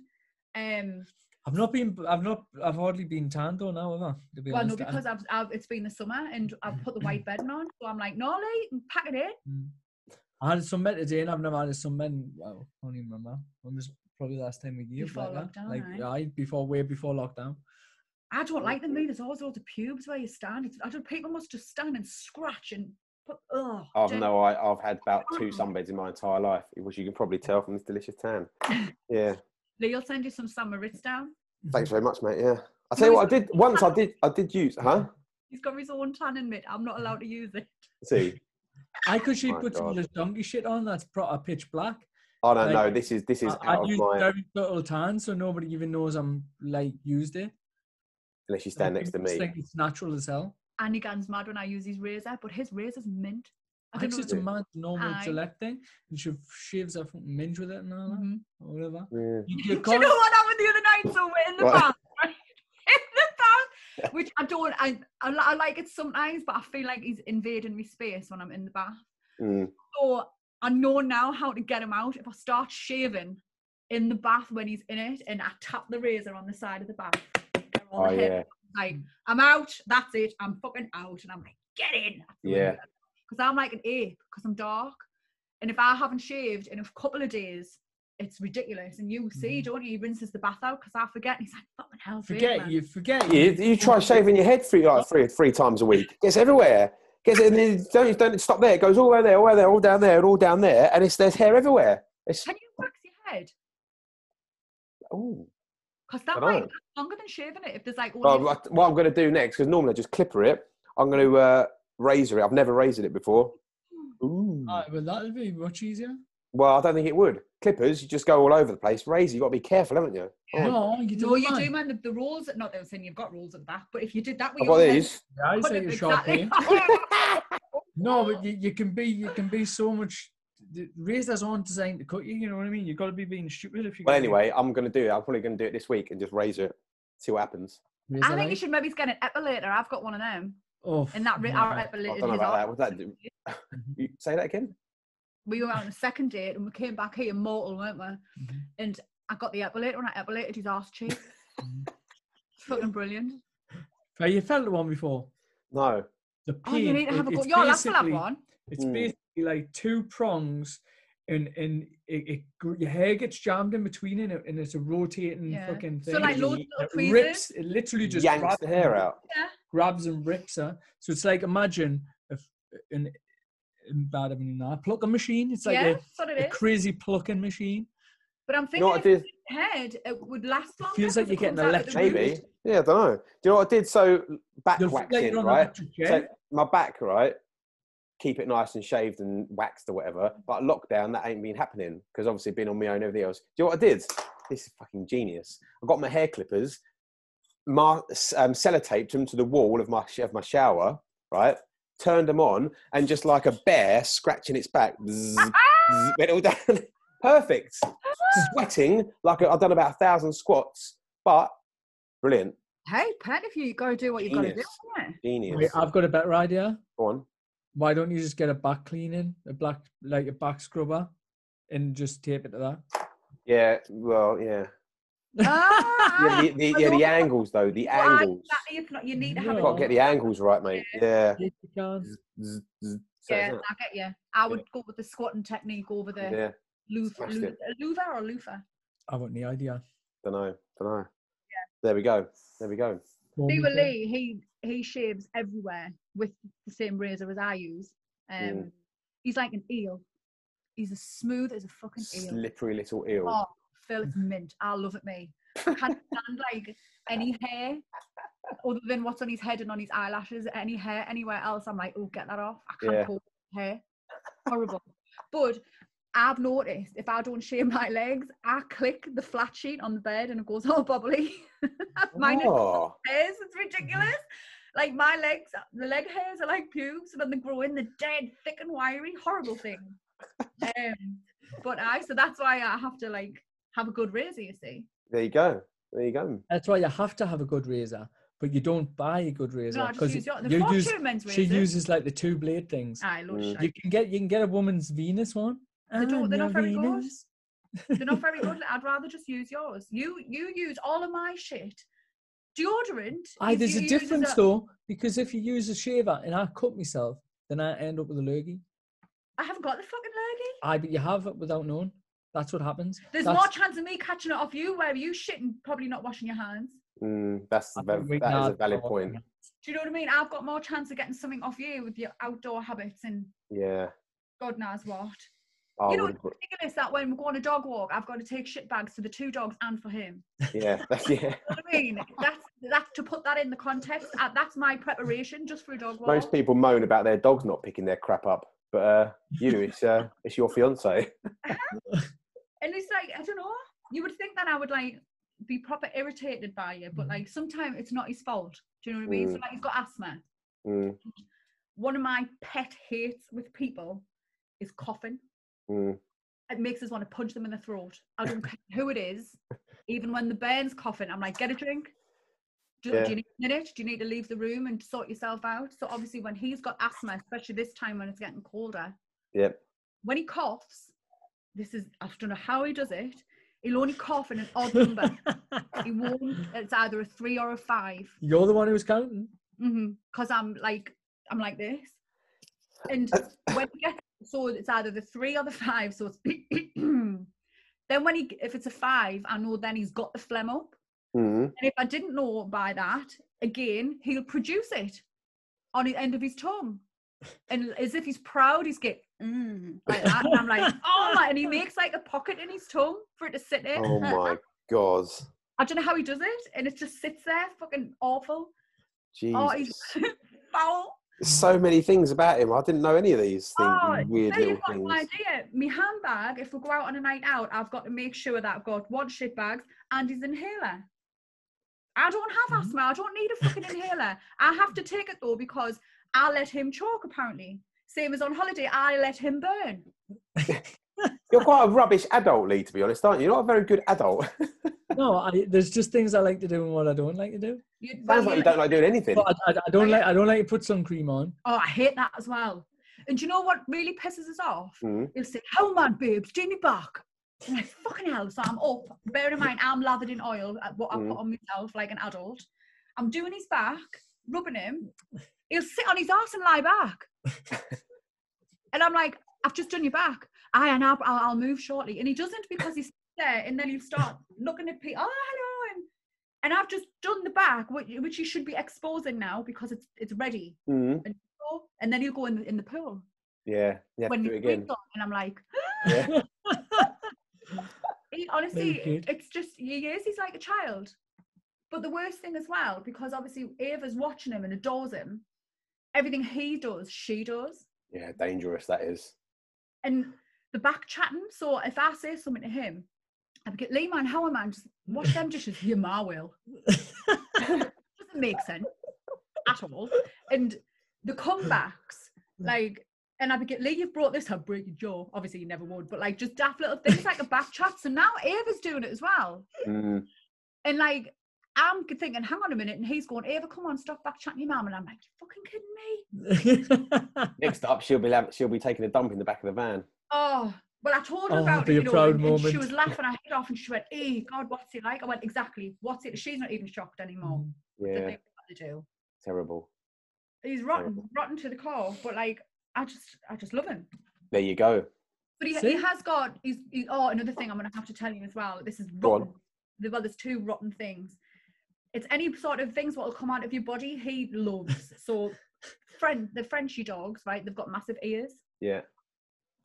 C: Um,
B: I've not been. I've not. I've hardly been tanned though now, have I? To be
C: well, no,
B: honest. I-
C: because I've, I've it's been the summer and I've put the white bedding on. So I'm like, no, Lee, pack it in.
B: Mm. I had a sunbed today, and I've never had a sunbed. Well, I don't even remember. It was probably last time we gave
C: Before
B: like that.
C: lockdown,
B: like
C: aye.
B: aye, before way before lockdown.
C: I don't like them either. There's always loads of pubes where you stand. It's, I don't. People must just stand and scratch and put. Oh,
A: I've no. I, I've had about two sunbeds in my entire life, which you can probably tell from this delicious tan. Yeah.
C: Lee, will send you some Samaritz down.
A: Thanks very much, mate. Yeah. I tell you what, I did once. I did. I did use. Huh?
C: He's got his own tan in mitt. I'm not
A: Mm-hmm.
C: allowed to use it.
A: See.
B: I could she
A: My
B: put some of
A: God.
B: this donkey shit on that's proper pitch black.
A: I don't know.
B: Like,
A: This is this is out
B: I, I've
A: of
B: used
A: my.
B: very little tan, so nobody even knows I'm like used it.
A: Unless you stand next to
B: People just
A: me.
B: think it's natural as hell.
C: Andy Gann's mad when I use his razor, but his razor's mint. I
B: I
C: don't
B: just
C: know.
B: it's a
A: Yeah.
B: man's normal
C: Aye.
B: Gillette thing, and she shaves her fucking minge with it and all that,
C: Mhm.
B: or whatever.
A: Yeah.
B: You,
C: Do
B: you
C: you
B: can't,
C: know what happened the other night? So we're in the
A: What?
C: bath, right? in the bath, which I don't. I, I li- I like it sometimes, but I feel like he's invading my space when I'm in the bath.
A: Mm.
C: So I know now how to get him out. If I start shaving in the bath when he's in it, and I tap the razor on the side of the bath, get all
A: Oh
C: the hair
A: yeah.
C: like I'm out. That's it. I'm fucking out, and I'm like, get in.
A: Yeah.
C: Because I'm like an ape. Because I'm dark, and if I haven't shaved in a couple of days. It's ridiculous, and you see,
A: Mm.
B: Mhm.
C: don't you? He rinses the bath out because I forget. and He's like, "Fucking hell, Ray,
B: forget
C: man."
B: you, forget
A: You,
B: you.
A: you try shaving your head three like three three times a week. Gets everywhere. Gets it, and then don't don't stop there. It goes all the way there, all the way there, all down there, and all down there, and it's there's hair everywhere. It's
C: Can you wax your head?
A: oh.
C: Because that
A: Dunno.
C: might last longer than shaving it. If there's like, only a
A: Well, I- what I'm going to do next because normally I just clipper it. I'm going to uh, razor it. I've never razored it before. Ooh.
B: Aye, well, that'll be much easier.
A: Well, I don't think it would. Clippers, you just go all over the place. Razor, you got to be careful, haven't you?
C: Yeah.
B: No, you do.
C: No, you
B: man.
C: do, man. The, the rules, not that I'm saying you've got rules at that, but if you did that with
A: I've got
C: your
A: these.
B: Yeah, I say you're sharp eh? here. No, but you, you can be you can be so much. The razors aren't designed to cut you. You know what I mean. You got to be being stupid if you.
A: Well, anyway, I'm going to do it. I'm probably going to do it this week and just razor it. See what happens.
C: I think you should maybe get an epilator. I've got one of them,
B: Oh,
C: and that uh, re- our epilator.
A: I don't know
C: is
A: about that.
C: ours.
A: What that do?
B: Mm-hmm.
A: You say that again?
C: We were out on a second date, and we came back here mortal, weren't we?
B: Mhm.
C: And I got the epilator, and I epilated his arse cheek.
B: Mhm.
C: Fucking brilliant.
B: Have you felt one before?
A: No.
B: The
C: Oh, you
B: pain,
C: need to have
B: it-
C: a go.
B: it's
C: Your last will have
B: basically-
C: one.
B: It's
A: Mm.
B: basically like two prongs, and and it, it gr- your hair gets jammed in between, and, it, and it's a rotating
C: Yeah.
B: fucking
C: So,
B: thing.
C: like,
B: and
C: loads
B: it-
C: of little
B: it
C: tweezers?
B: rips. It literally just
A: Yanks the
B: grabs
A: hair
B: and-
A: out.
B: grabs and rips her. So it's like imagine if an, an bad I mean, a plucker machine. It's like
C: yeah,
B: a-
C: that's what it
B: a,
C: is.
B: crazy plucking machine.
C: but I'm
A: You know
C: thinking,
A: what I
C: if it
A: did?
C: head, it would last longer.
B: feels like
C: 'cause
B: you're
C: it
B: getting
C: comes out of the
B: electrocuted.
C: root.
A: Maybe. Yeah, I don't know. Do you know what I did? So back
B: You'll feel like
A: waxing,
B: you're on an
A: right?
B: electric chair.
A: So my back, right? Keep it nice and shaved and waxed or whatever. But lockdown, that ain't been happening because obviously being on my own, and everything else. Do you know what I did? This is fucking genius. I got my hair clippers, mar- s- um, sellotaped them to the wall of my sh- of my shower, right? Turned them on and just like a bear scratching its back, bzz, bzz, went all down. Perfect. Sweating like i I've done about a thousand squats, but brilliant,
C: Hey, pet, if you got to do what you've got to do,
A: Genius.
C: haven't you?
A: genius.
B: Wait, I've got a better idea.
A: Go on.
B: Why don't you just get a back cleaning, a black like a back scrubber, and just tape it to that?
A: Yeah, well, yeah. Yeah,
C: Ah,
A: the, the,
C: I
A: yeah,
C: love
A: the angles though, the
C: Well, I-
A: angles.
C: Exactly. If not, you need to have
B: Yeah.
C: it.
A: Got to get the angles right, mate. Yeah.
B: If you can.
A: Z- z- z- so
C: Yeah,
A: it's
C: I get you. I would go with the squatting technique over
A: not-
C: the
A: Yeah.
C: louvre,
A: smashed
C: louvre, or loofah.
B: I've got any idea.
A: Don't know. Don't know. There we go. There we go.
B: Go on
C: Lee
B: with it.
C: Lee, he he shaves everywhere with the same razor as I use. Um,
A: Mm.
C: He's like an eel. He's as smooth as a fucking eel.
A: Slippery little eel.
C: Oh, Phil, it's mint. I love it, me. I can't stand like any hair other than what's on his head and on his eyelashes. Any hair anywhere else, I'm like, oh, get that off. I can't
A: Yeah.
C: hold hair. Horrible. but I've noticed if I don't shave my legs, I click the flat sheet on the bed and it goes all bobbly. Mine is
A: Oh,
C: hairs. It's ridiculous. Like my legs, the leg hairs are like pubes, and then they grow in. They're dead, thick and wiry. Horrible thing. um, but I, so that's why I have to like have a good razor. You see,
A: there you go. There you go.
B: That's why you have to have a good razor, but you don't buy a good razor
C: no, I just use your, the
B: you
C: fortune
B: use.
C: men's razor.
B: She uses like the two blade things.
C: I love
A: Mm.
C: shite.
B: You can get you can get a woman's Venus one.
C: They don't-
B: Ah,
C: they're
B: no
C: not very good.
B: Venus.
C: They're not very good. I'd rather just use yours. You you use all of my shit. Deodorant.
B: Aye,
C: is-
B: there's
C: you
B: a
C: use as
B: difference
C: a-
B: though because if you use a shaver and I cut myself, then I end up with a lurgy.
C: I haven't got the fucking lurgy.
B: Aye, but you have it without knowing. That's what happens.
C: There's
B: That's-
C: more chance of me catching it off you where you shit and probably not washing your hands.
A: Mm, that's
B: I
A: a
B: think
A: val-
B: we
A: that is a
B: can't
A: valid
B: talk
A: point.
B: now.
C: Do you know what I mean? I've got more chance of getting something off you with your outdoor habits and
A: Yeah.
C: God knows what.
A: I
C: you know,
A: would-
C: it's ridiculous that when we go on a dog walk, I've got to take shit bags for the two dogs and for him.
A: yeah. yeah.
C: You know what I mean? That's that's to put that in the context. uh, That's my preparation just for a dog walk.
A: Most people moan about their dogs not picking their crap up, but uh, you, it's uh, it's your fiance.
C: and it's like I don't know. You would think that I would like be proper irritated by you, but like sometimes it's not his fault. Do you know what I mean? So
A: Mm.
C: like he's got asthma.
A: Mm,
C: One of my pet hates with people is coughing.
A: mm.
C: it makes us want to punch them in the throat. I don't care who it is, even when the bairn's coughing, I'm like, get a drink. Do, do
A: Yeah.
C: you need a minute? Do you need to leave the room and sort yourself out? So obviously, when he's got asthma, especially this time when it's getting colder,
A: Yep.
C: when he coughs, this is I don't know how he does it. He'll only cough in an odd number. he won't. It's either a three or a 5
B: You're the one who's counting.
C: because Mm-hmm. I'm like I'm like this, and
A: Uh,
C: when he gets so it's either the three or the five. So it's then when he if it's a five, I know then he's got the phlegm up.
A: Mm.
C: And if I didn't know by that, again he'll produce it on the end of his tongue, and as if he's proud, he's get mm, like that. And I'm like oh my, and he makes like a pocket in his tongue for it to sit in.
A: Oh my God.
C: I don't know how he does it, and it just sits there, fucking awful. Oh, he's
A: Jesus.
C: foul.
A: There's so many things about him. I didn't know any of these things,
C: Oh,
A: these weird
C: Tell you
A: little
C: what,
A: things.
C: my idea. My handbag, if we go out on a night out, I've got to make sure that I've got one shit bag and his inhaler. I don't have
A: Mm-hmm.
B: Mhm.
C: asthma. I don't need a fucking inhaler. I have to take it though because I let him choke apparently. Same as on holiday, I let him burn.
A: You're quite a rubbish adult, Lee, to be honest, aren't you? You're not a very good adult.
B: No, I, there's just things I like to do and what I don't like to do.
C: You, well,
A: Sounds like
C: you-
A: you don't like doing anything.
B: But I, I, I don't like I don't like to put sun cream on.
C: oh, I hate that as well. And do you know what really pisses us off?
A: Mm.
C: He'll say, "How man, babes, do me back." I'm like, "Fucking hell!" So I'm up. Bear in mind, I'm lathered in oil at what I
A: Mm.
C: put on myself, like an adult. I'm doing his back, rubbing him. He'll sit on his ass and lie back, and I'm like, "I've just done your back." I and I'll, I'll, I'll move shortly, and he doesn't because he's there, and then he'll start looking at people. Oh, hello, and and I've just done the back, which, which he should be exposing now because it's it's ready.
A: Mm.
C: Oh, And then he'll go in the, in the pool
A: Yeah. Yeah.
C: when
A: Do
C: you
A: it again.
C: and I'm like,
A: Yeah.
C: He- honestly,
B: Very
C: it- it's just he is. He's like a child. But the worst thing as well, because obviously Ava's watching him and adores him. Everything he does, she does,
A: Yeah. Dangerous that is.
C: and the back chatting. So if I say something to him, I get Lee man, how am I? Just wash them dishes. Your ma will. Doesn't make sense at all. And the comebacks, like. And I get Lee, you've brought this, I'll break your jaw. Obviously, you never would, but like just daft little things like a back chat. So now Ava's doing it as well.
A: Mm.
C: And like, I'm g- thinking, hang on a minute. And he's going, Ava, come on, stop back chatting your mum. And I'm like, you fucking kidding me?
A: Next up, she'll be lav- she'll be taking a dump in the back of the van.
C: Oh, well, I told her
B: Oh,
C: about
B: be
C: it.
B: a
C: You know,
B: proud
C: and, and she
B: moment.
C: was laughing her head off and she went, hey, God, what's it like? I went, exactly. What's it? She's not even shocked anymore.
B: Mm.
C: Don't
A: Yeah.
C: know what to do.
A: Terrible.
C: He's rotten, rotten to the core. But like, I just, I just love him.
A: There you go.
C: But he, he
B: See?
C: has got, he's, he, oh, another thing I'm going to have to tell you as well. This is
A: Go on.
C: rotten. There- Well, there's two rotten things. It's any sort of things what will come out of your body. He loves so. Friend, the Frenchy dogs, right? They've got massive ears,
A: Yeah.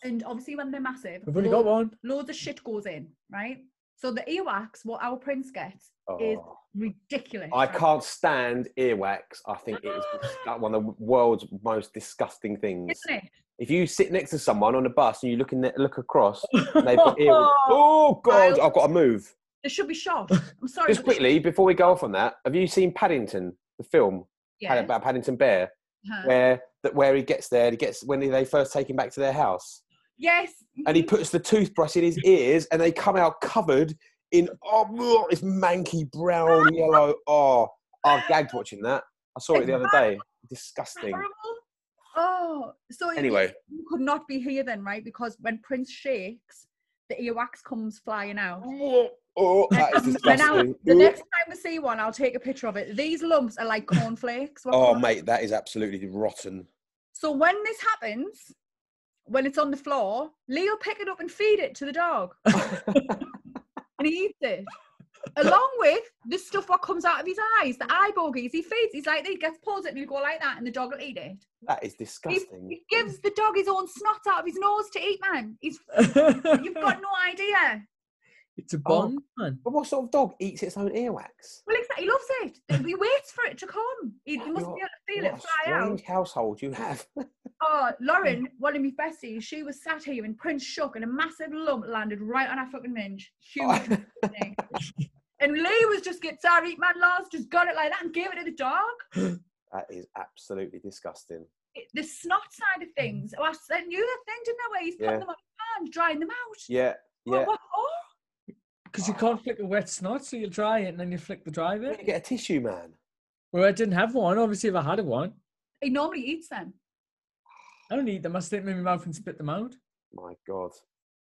C: and obviously when they're massive,
B: We've only got
C: lo-
B: one.
C: loads of shit goes in, right? So the earwax, what our prince gets, Is-
A: Oh.
C: ridiculous.
A: I
C: right?
A: can't stand earwax. I think it is that one of the world's most disgusting things.
C: isn't it?
A: If you sit next to someone on a bus and you look in the, look across, and they've got earwax. Oh God! I've got to move.
C: There should be shot. I'm sorry.
A: Just
C: but there should-
A: quickly before we go off on that, have you seen Paddington, the film Pad-
C: yeah,
A: about Paddington Bear,
C: huh.
A: where that where he gets there, he gets when they first take him back to their house,
C: Yes.
A: and he puts the toothbrush in his ears, and they come out covered in oh, it's manky brown yellow. Oh, I gagged watching that. I saw it the other day. Disgusting.
C: Horrible. Oh, so it-
A: Anyway.
C: you could not be here then, right? Because when Prince shakes, the earwax comes flying out.
A: Oh, that is
C: And now-
A: disgusting.
C: The next time I see one, I'll take a picture of it. These lumps are like cornflakes. what
A: Oh,
C: colour-
A: mate, that is absolutely rotten.
C: So when this happens, when it's on the floor, Lee will pick it up and feed it to the dog. and he eats it. Along with the stuff what comes out of his eyes, the eye bogies he feeds. He's like, he gets pulls it and he'll go like that and the dog will eat it.
A: That is
C: He,
A: disgusting.
C: he gives the dog his own snot out of his nose to eat, man. He's, you've got no idea.
B: it's a bomb, man.
A: But what sort of dog eats its own earwax?
C: Well, exactly, he loves it. He waits for it to come. He, he must
A: You're-
C: be able to feel
A: What
C: it
A: a
C: fly out.
A: strange household you have.
C: Oh, Lauren,
A: Mm.
C: one of my besties, she was sat here and Prince shook and a massive lump landed right on her fucking minge. Huge.
A: Oh.
C: thing. and Lee was just get sorry, man, Lars, just got it like that and gave it to the dog.
A: That is absolutely disgusting.
C: It- the snot side of things. Oh, I sent you that thing, didn't I, where he's putting
A: Mm. Yeah.
C: them on his hand, drying them out.
A: Yeah,
C: What-
A: yeah.
C: what- oh,
B: Because you can't flick a wet snot, so you dry it and then you flick the dry
A: Where do
B: bit.
A: you get a tissue, man?
B: Well, I didn't have one. Obviously, if I had one,
C: he normally eats them.
B: I don't eat them. I stick them in my mouth and spit them out.
A: My God.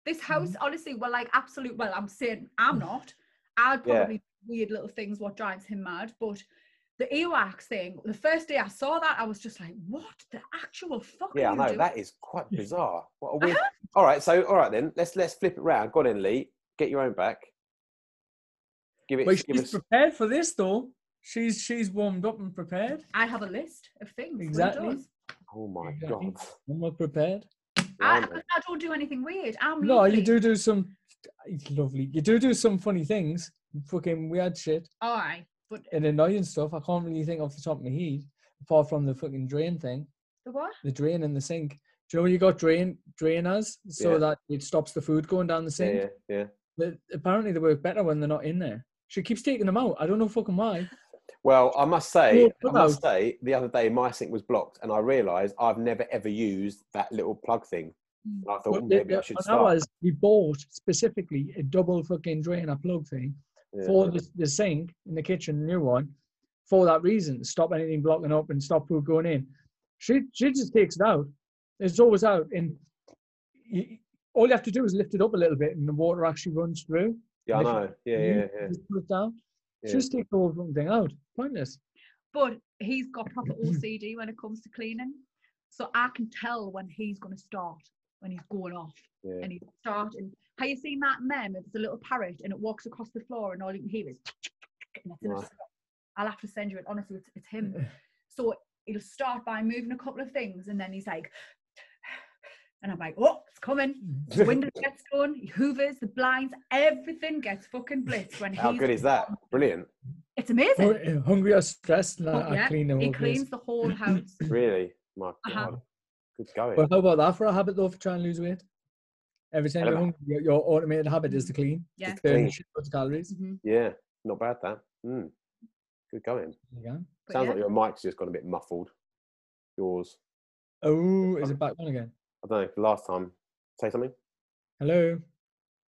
C: This
A: Mm-hmm.
C: house, honestly, we're like absolute. Well, I'm saying I'm not. I'd
A: Mm. Yeah.
C: probably do weird little things what drives him mad. But the E earwax thing, the first day I saw that, I was just like, what the actual fuck?
A: Yeah,
C: are
A: I
C: you
A: know
C: doing?
A: that is quite bizarre. What a weird. all right, so all right then. Let's let's flip it round. Go on, in, Lee. Get your own back. Give it.
B: Well,
A: give
B: she's
A: us.
B: prepared for this, though. She's she's warmed up and prepared.
C: I have a list of things. what he
B: Exactly.
C: does.
A: Oh my
B: Yeah,
A: God.
B: I'm not prepared.
C: I,
A: Blimey.
C: I don't do anything weird. I'm
B: No, you
C: lovely.
B: do do some. It's lovely. You do do some funny things, fucking weird shit
C: All right, but
B: and annoying stuff. I can't really think off the top of my head, apart from the fucking drain thing,
C: the what?
B: the drain in the sink. Do you know when you got drain drainers so
A: Yeah.
B: that it stops the food going down the
A: Yeah,
B: sink?
A: yeah, yeah.
B: But apparently they work better when they're not in there. She keeps taking them out. I don't know fucking why.
A: Well, I must say, I
B: come
A: must say, the other day my sink was blocked, and I realised I've never ever used that little plug thing.
C: Mm.
A: And I thought
B: But the-
A: maybe I
B: the-
A: should
B: on
A: start.
B: ours, we bought specifically a double fucking drainer plug thing
A: Yeah.
B: for the, the sink in the kitchen, new one, for that reason. Stop anything blocking up and stop food going in. She she just takes it out. It's always out, and you, all you have to do is lift it up a little bit, and the water actually runs through.
A: Yeah, I know. Yeah,
B: and you
A: yeah, yeah.
B: Just put it down.
A: yeah.
B: She just takes the whole fucking thing out. Pointless.
C: But he's got proper OCD when it comes to cleaning, so I can tell when he's going to start, when he's going off,
A: Yeah.
C: and he's starting. Have you seen that meme? It's a little parrot and it walks across the floor, and all you can hear is. And that's
A: Right.
C: enough. I'll have to send you it. Honestly, it's, it's him. So he'll start by moving a couple of things, and then he's like, and I'm like, oh, it's coming. The windows gets done, he hoovers, the blinds, everything gets fucking blitzed when
A: How
C: he's
A: good is that? Brilliant.
C: it's amazing.
B: Hungry, eh, hungry or stressed, and I,
C: Oh, yeah,
B: I clean the
C: He
B: whole place.
C: cleans the whole house.
A: Really? My
C: Uh-huh.
A: God. Good going.
B: Well, how about that for a habit though? For trying to lose weight, every time
A: don't
B: you're
A: know.
B: hungry, your, your automated habit is to clean.
C: Yeah.
B: to burn
A: Clean.
B: the shit loads of calories.
C: Mhm.
A: yeah, not bad that. Mm. Good going.
B: Yeah.
C: But
A: Sounds
C: yeah.
A: like your mic's just gone a bit muffled. Yours.
B: Oh, is it back on again?
A: I don't know. the Last time, say something.
B: Hello.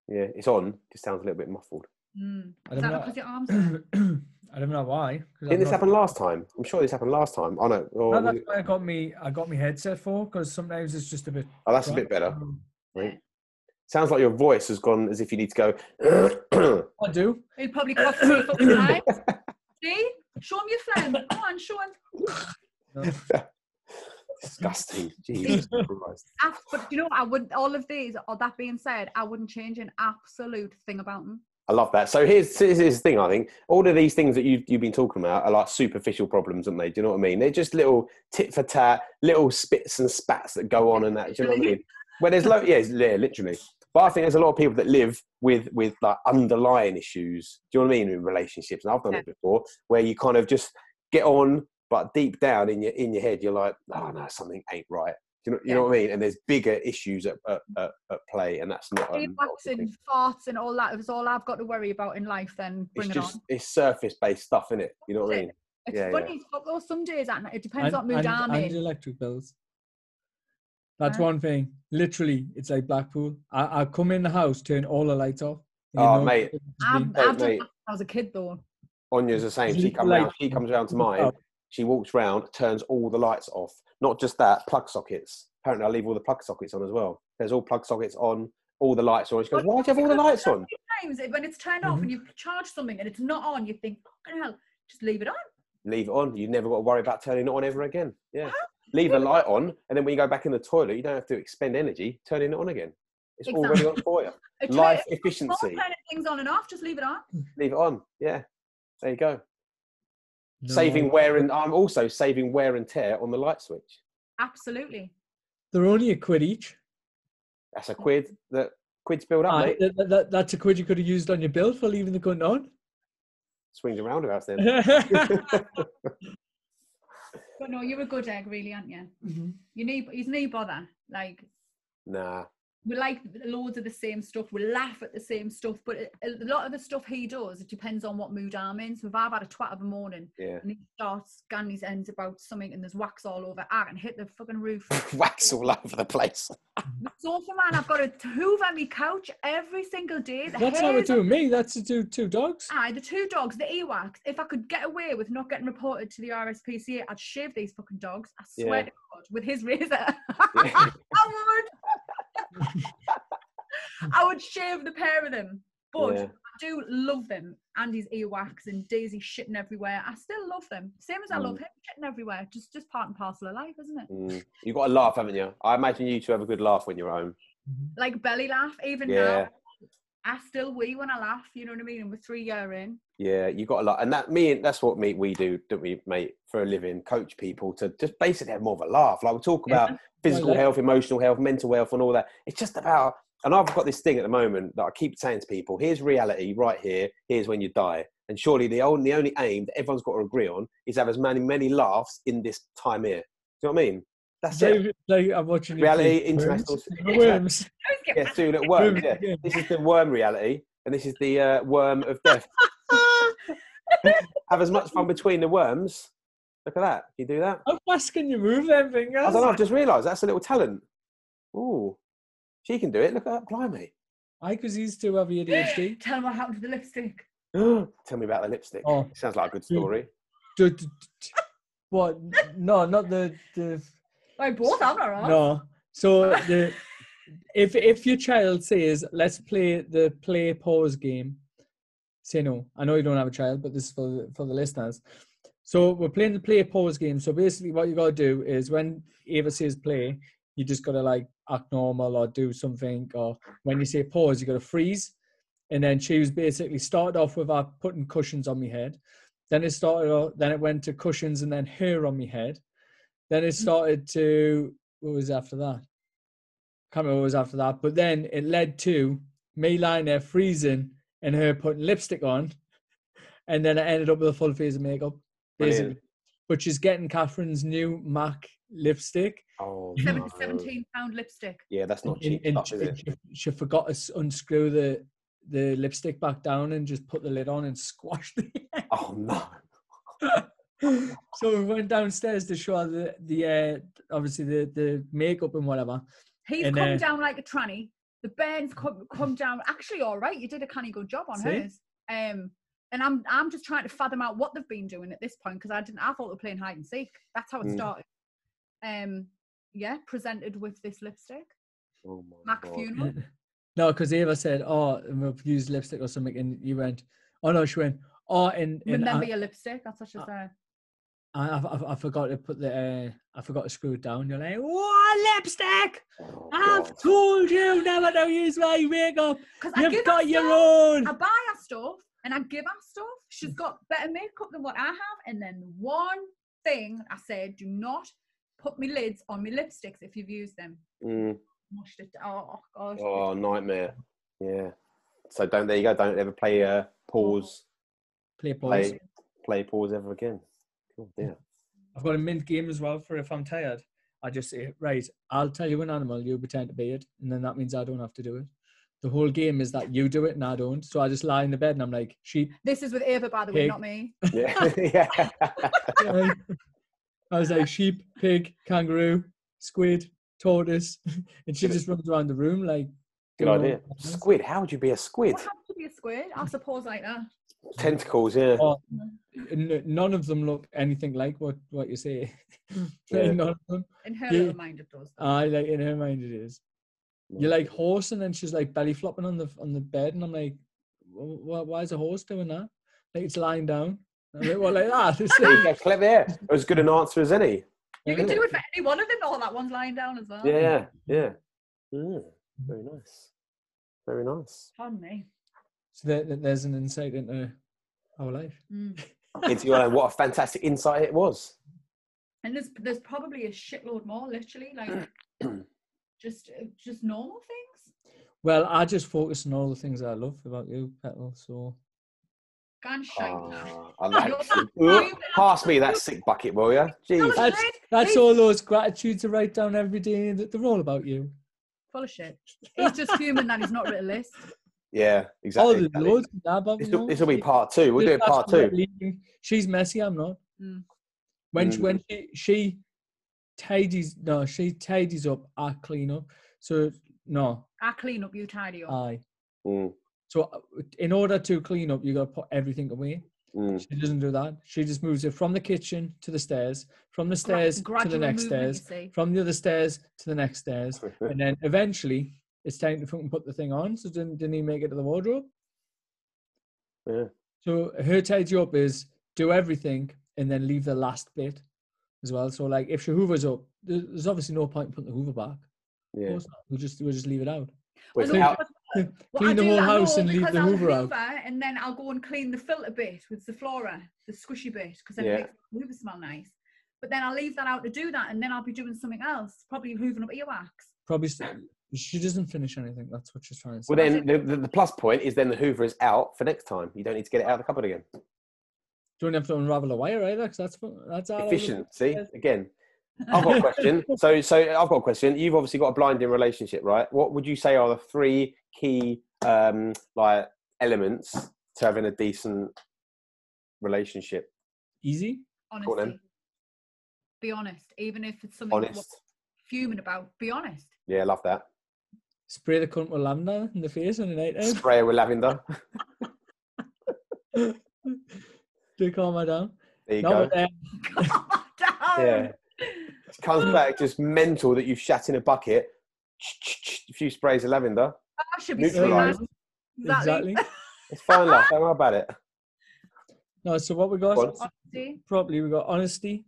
A: Yeah, it's on. Just sounds a little bit muffled.
C: Mm.
B: I
C: Is
B: don't
C: that
B: know.
C: because your arms are-
B: I don't know why. 'cause
A: Didn't
B: I've
A: this
B: not-
A: happen last time? I'm sure this happened last time. I know. Oh,
B: No,
A: was
B: that's
A: it-
B: why I got me. I got me headset for because sometimes it's just a bit.
A: oh, that's a
B: dry.
A: bit better.
C: Yeah.
A: Sounds like your voice has gone as if you need to go.
B: I do.
C: He'll probably cough three fucking times. See? Show him your phlegm. Come on, show him.
A: Disgusting. Jesus Christ.
C: Ab- But you know, I wouldn't, all of these, all that being said, I wouldn't change an absolute thing about him.
A: I love that. So here's, here's the thing. I think all of these things that you've you've been talking about are like superficial problems, aren't they? Do you know what I mean? They're just little tit for tat, little spits and spats that go on and that. Do you know what I mean? Where there's lo- yeah, it's- yeah, literally. But I think there's a lot of people that live with with like underlying issues. Do you know what I mean? In relationships, and I've done it before, where you kind of just get on, but deep down in your in your head, you're like, oh no, something ain't right. Do you know, you know what I mean? And there's bigger issues at at, at, at play, and that's not. a
C: Relapse
A: thing.
C: and farts and all that is all I've got to worry about in life. Then
A: it's
C: bring it
A: just
C: on.
A: it's surface based stuff, is it? You know what I
C: That's
A: mean?
C: It's
A: yeah,
C: funny as fuck though. Some days, and it depends
B: and,
C: what mood
B: and-
C: I'm
B: and
C: in.
B: electric bills. That's
C: Huh?
B: one thing. Literally, it's like Blackpool. I, I come in the house, turn all the lights off. you
A: Oh,
B: know,
A: mate.
B: it's
C: I've,
B: been-
A: Hey,
C: I've done that
A: mate.
C: when I was a kid though.
A: Anya's the same. She
B: Sleep
A: comes
B: late.
A: round, she comes round to mine.
B: Oh,
A: She walks round, turns all the lights off. Not just that, plug sockets. Apparently, I leave all the plug sockets on as well. There's all plug sockets on, all the lights on. She goes, "Why do you have all the lights on?"
C: Sometimes it- when it's turned off
B: Mhm.
C: and you've charged something and it's not on, you think, fucking hell, just leave it on.
A: Leave it on. You never got to worry about turning it on ever again. Yeah. Leave the light on, and then when you go back in the toilet, you don't have to expend energy turning it on again. It's already on for you.
C: It's
A: Life
C: like- it's all
A: efficiency.
C: turning things on and off, just leave it on.
A: Leave it on. Yeah. There you go.
B: no.
A: Saving wear and I'm also saving wear and tear on the light switch.
C: Absolutely.
B: They're only a quid each.
A: That's a quid that quid's build up,
B: Aye,
A: mate.
B: that- that- that- that's a quid you could have used on your bill for leaving the cunt on.
A: Swings and roundabouts then.
C: Mm-hmm.
B: Mhm.
C: But no, you're a good egg, really, aren't you? You need, he's no bother. Like,
A: Nah.
C: we like loads of the same stuff. We laugh at the same stuff, but it- a lot of the stuff he does, it depends on what mood I'm in. So if I've had a twat of a morning
A: Yeah.
C: and he starts scanning his ends about something and there's wax all over, I can hit the fucking roof.
A: Wax all over the place.
C: sofa man, I've got to hoover my couch every single day. The
B: That's not
C: hair's
B: what doing me. That's to do two dogs.
C: Aye, the two dogs, the earwax. If I could get away with not getting reported to the RSPCA, I'd shave these fucking dogs. I swear
A: Yeah.
C: to God, with his razor,
A: Yeah.
C: I would. I would shave the pair of them. But
A: Yeah.
C: I do love them. Andy's earwax and Daisy shitting everywhere. I still love them. Same as I love him shitting everywhere. Just just part and parcel of life, isn't it?
A: Mm. You've got a laugh, haven't you? I imagine you two have a good laugh when you're home.
C: Like belly laugh, even
A: Yeah.
C: now. I still wee when I laugh, you know what I mean? And we're three year in.
A: Yeah, you got a lot, and that me and that's what me we do, don't we, mate? For a living, coach people to just basically have more of a laugh. Like we talk
B: Yeah.
A: about physical
B: Totally.
A: health, emotional health, mental health, and all that. It's just about, and I've got this thing at the moment that I keep saying to people: here's reality, right here. Here's when you die. And surely the only the only aim that everyone's got to agree on is have as many many laughs in this time here. Do you know what I mean? That's it.
B: Like- like I'm watching you
A: Reality,
B: play
A: international-
B: Worms. You know, Worms.
C: Always get
A: Yeah, soon at
B: Worm,
A: worm. Yeah.
B: yeah.
A: This is the worm reality, and this is the uh, worm of death. have as much fun between the worms. Look at that. You do that.
B: How fast can you move them fingers?
A: I don't know. I've just realised that's a little talent. Ooh, she can do it. Look at that. Blimey.
B: I because these two have ADHD.
C: Tell him what happened to the lipstick.
A: Tell me about the lipstick.
B: Oh.
A: Sounds like a good
B: Yeah.
A: story.
B: Du- du- du- du- what? No, not the the.
C: I both have her on.
B: No. So the if if your child says let's play the play pause game, say no. I know you don't have a child, but this is for the, for the listeners. So we're playing the play pause game. So basically, what you gotta do is when Ava says play, you just gotta like act normal or do something. Or when you say pause, you gotta freeze. And then she was basically started off with her putting cushions on my head. Then it started. o- Then it went to cushions and then hair on my head. Then it started to what was after that? Can't remember what was after that. But then it led to me lying there freezing and her putting lipstick on, and then I ended up with a full face of makeup, basically.
A: Brilliant.
B: Which is getting Catherine's new MAC lipstick.
A: Oh,
C: Seven-
A: no.
C: 17 pound lipstick.
A: Yeah, that's not
B: And-
A: cheap
B: and
A: stuff,
B: she-
A: is it?
B: she- she forgot to s- unscrew the the lipstick back down and just put the lid on and squashed it.
A: Oh no.
B: so we went downstairs to show her the the uh, obviously the the makeup and whatever.
C: He's
B: And,
C: come
B: uh,
C: down like a tranny. The Burns come, come down actually all right. You did a canny good job on
B: See?
C: hers. Um, and I'm I'm just trying to fathom out what they've been doing at this point because I didn't. I thought they were playing hide and seek. That's how it
A: Mm.
C: started. Um, yeah, presented with this lipstick.
A: Oh my
C: Mac
A: god.
C: funeral.
B: No, because Eva said, "Oh, and we've used lipstick or something," and you went, "Oh no," she went, "Oh," and, and
C: Remember
B: I,
C: your lipstick. That's what she
B: uh,
C: said.
B: I, I, I forgot to put the uh, I forgot to screw it down. You're like, oh, lipstick!
A: Oh,
B: I've
A: God.
B: told you never to use my makeup.
C: Because I
B: You've
C: give
B: got
C: her
B: your
C: stuff.
B: own.
C: I buy her stuff and I give her stuff. She's got better makeup than what I have. And then one thing I said, do not put me lids on my lipsticks if you've used them.
A: Mm.
C: Mushed it. Oh gosh.
A: Oh, nightmare. Yeah. So don't. There you go. Don't ever play uh, pause.
B: Play boys.
A: Play play pause ever again. Oh dear.
B: I've got a mint game as well for if I'm tired. I just say, right, I'll tell you an animal, you pretend to be it, and then that means I don't have to do it. The whole game is that you do it and I don't. So I just lie in the bed and I'm like, sheep.
C: This is with Ava, by the way,
B: Pig.
C: not me.
A: Yeah. yeah.
B: I was like, sheep, pig, kangaroo, squid, tortoise. And she just runs around the room like,
A: Good
B: doing all
A: idea.
B: the things.
A: Squid. How would you be a squid?
C: What happened to be a squid? I suppose like uh, that.
A: Tentacles. Yeah.
B: Oh, n- none of them look anything like what, what you say.
A: Yeah.
B: None of them.
C: In her
B: Yeah. Uh,
C: little mind, it does.
B: I like in her mind it is. You're like horse, and then she's like belly flopping on the on the bed, and I'm like, why, why is a horse doing that? Like it's lying down. I'm like, well, like that. It's
A: There you
B: like,
A: go, clever. Yeah. As good an answer as any.
C: You can
A: Yeah.
C: do it for any one of them. Oh, that one's lying down as well.
A: Yeah. Yeah. Mm. Very nice. Very nice.
C: Pardon me.
B: so there, there- there's an insight into our life.
C: Mm.
A: Into your own. What a fantastic insight it was.
C: And there's there's probably a shitload more, literally, like just just normal things.
B: Well, I just focus on all the things I love about you, Petal. So
C: Gone shite.
A: Ah, I like it. Pass me that sick bucket, will you? Jeez.
B: that's that's all those gratitudes I write down every day. That they're all about you.
C: Full of shit. He's just human that he's not written a list.
A: Yeah,
B: Oh,
A: exactly.
B: there's
A: exactly.
B: loads of that, but
A: This
B: you know,
A: will, this will be part two. We'll do
B: just
A: it part
B: after
A: two.
B: leaving, She's messy. I'm not.
C: Mm.
B: When she,
A: Mm.
B: when she, she tidies no, she tidies up. I clean up. So no,
C: I clean up, you tidy up.
B: I.
A: Mm,
B: So uh, in order to clean up, you got to put everything away.
A: mm.
B: She doesn't do that. She just moves it from the kitchen to the stairs, from the
C: Gra-
B: stairs to the
C: gradual
B: next
C: movement,
B: stairs,
C: you see.
B: from the other stairs to the next stairs, and then eventually it's time to fucking put the thing on. So didn't didn't he make it to the wardrobe?
A: Yeah.
B: So her tidy up is do everything and then leave the last bit as well. So like if she hoovers up, there- there's obviously no point in putting the hoover back. Of
A: Yeah.
B: course not. We'll just we'll just leave it out.
C: Well,
A: Without-
C: no,
B: out-
C: what- what I
B: Clean the
C: do,
B: whole
C: I
B: house
C: know,
B: and leave
C: because
B: the
C: I'll
B: hoover out.
C: and then I'll go and clean the filter bit with the flora, the squishy bit, because then
A: Yeah.
C: it makes the hoover smell nice. But then I'll leave that out to do that, and then I'll be doing something else, probably hoovering up earwax.
B: Probably st- she doesn't finish anything. That's what she's trying to say.
A: Well, then the, the, the plus point is then the Hoover is out for next time. You don't need to get it out of the cupboard again.
B: Don't have to unravel a wire either, 'cause that's what- that's all. over the-
A: Efficient. See again. I've got a question. So, so I've got a question. You've obviously got a blinding relationship, right? What would you say are the three key um, like elements to having a decent relationship?
B: Easy.
A: on then.
C: Honestly, be honest, even if it's something that we're
A: Honest.
C: fuming about. Be honest.
A: Yeah, love that.
B: Spray the cunt with lambda in the face on the night out.
A: Spray it with lavender.
B: to calm her down.
A: There you
B: No,
A: go.
B: but, uh,
C: Calm down.
A: Yeah. It comes back just mental that you've shat in a bucket. A few sprays of lavender.
C: I should be screaming.
A: Neutralise.
C: Exactly.
B: exactly.
A: It's fine, love. Don't worry about it.
B: No, so what we
A: Go on.
B: got
C: Honesty.
B: properly, we got honesty,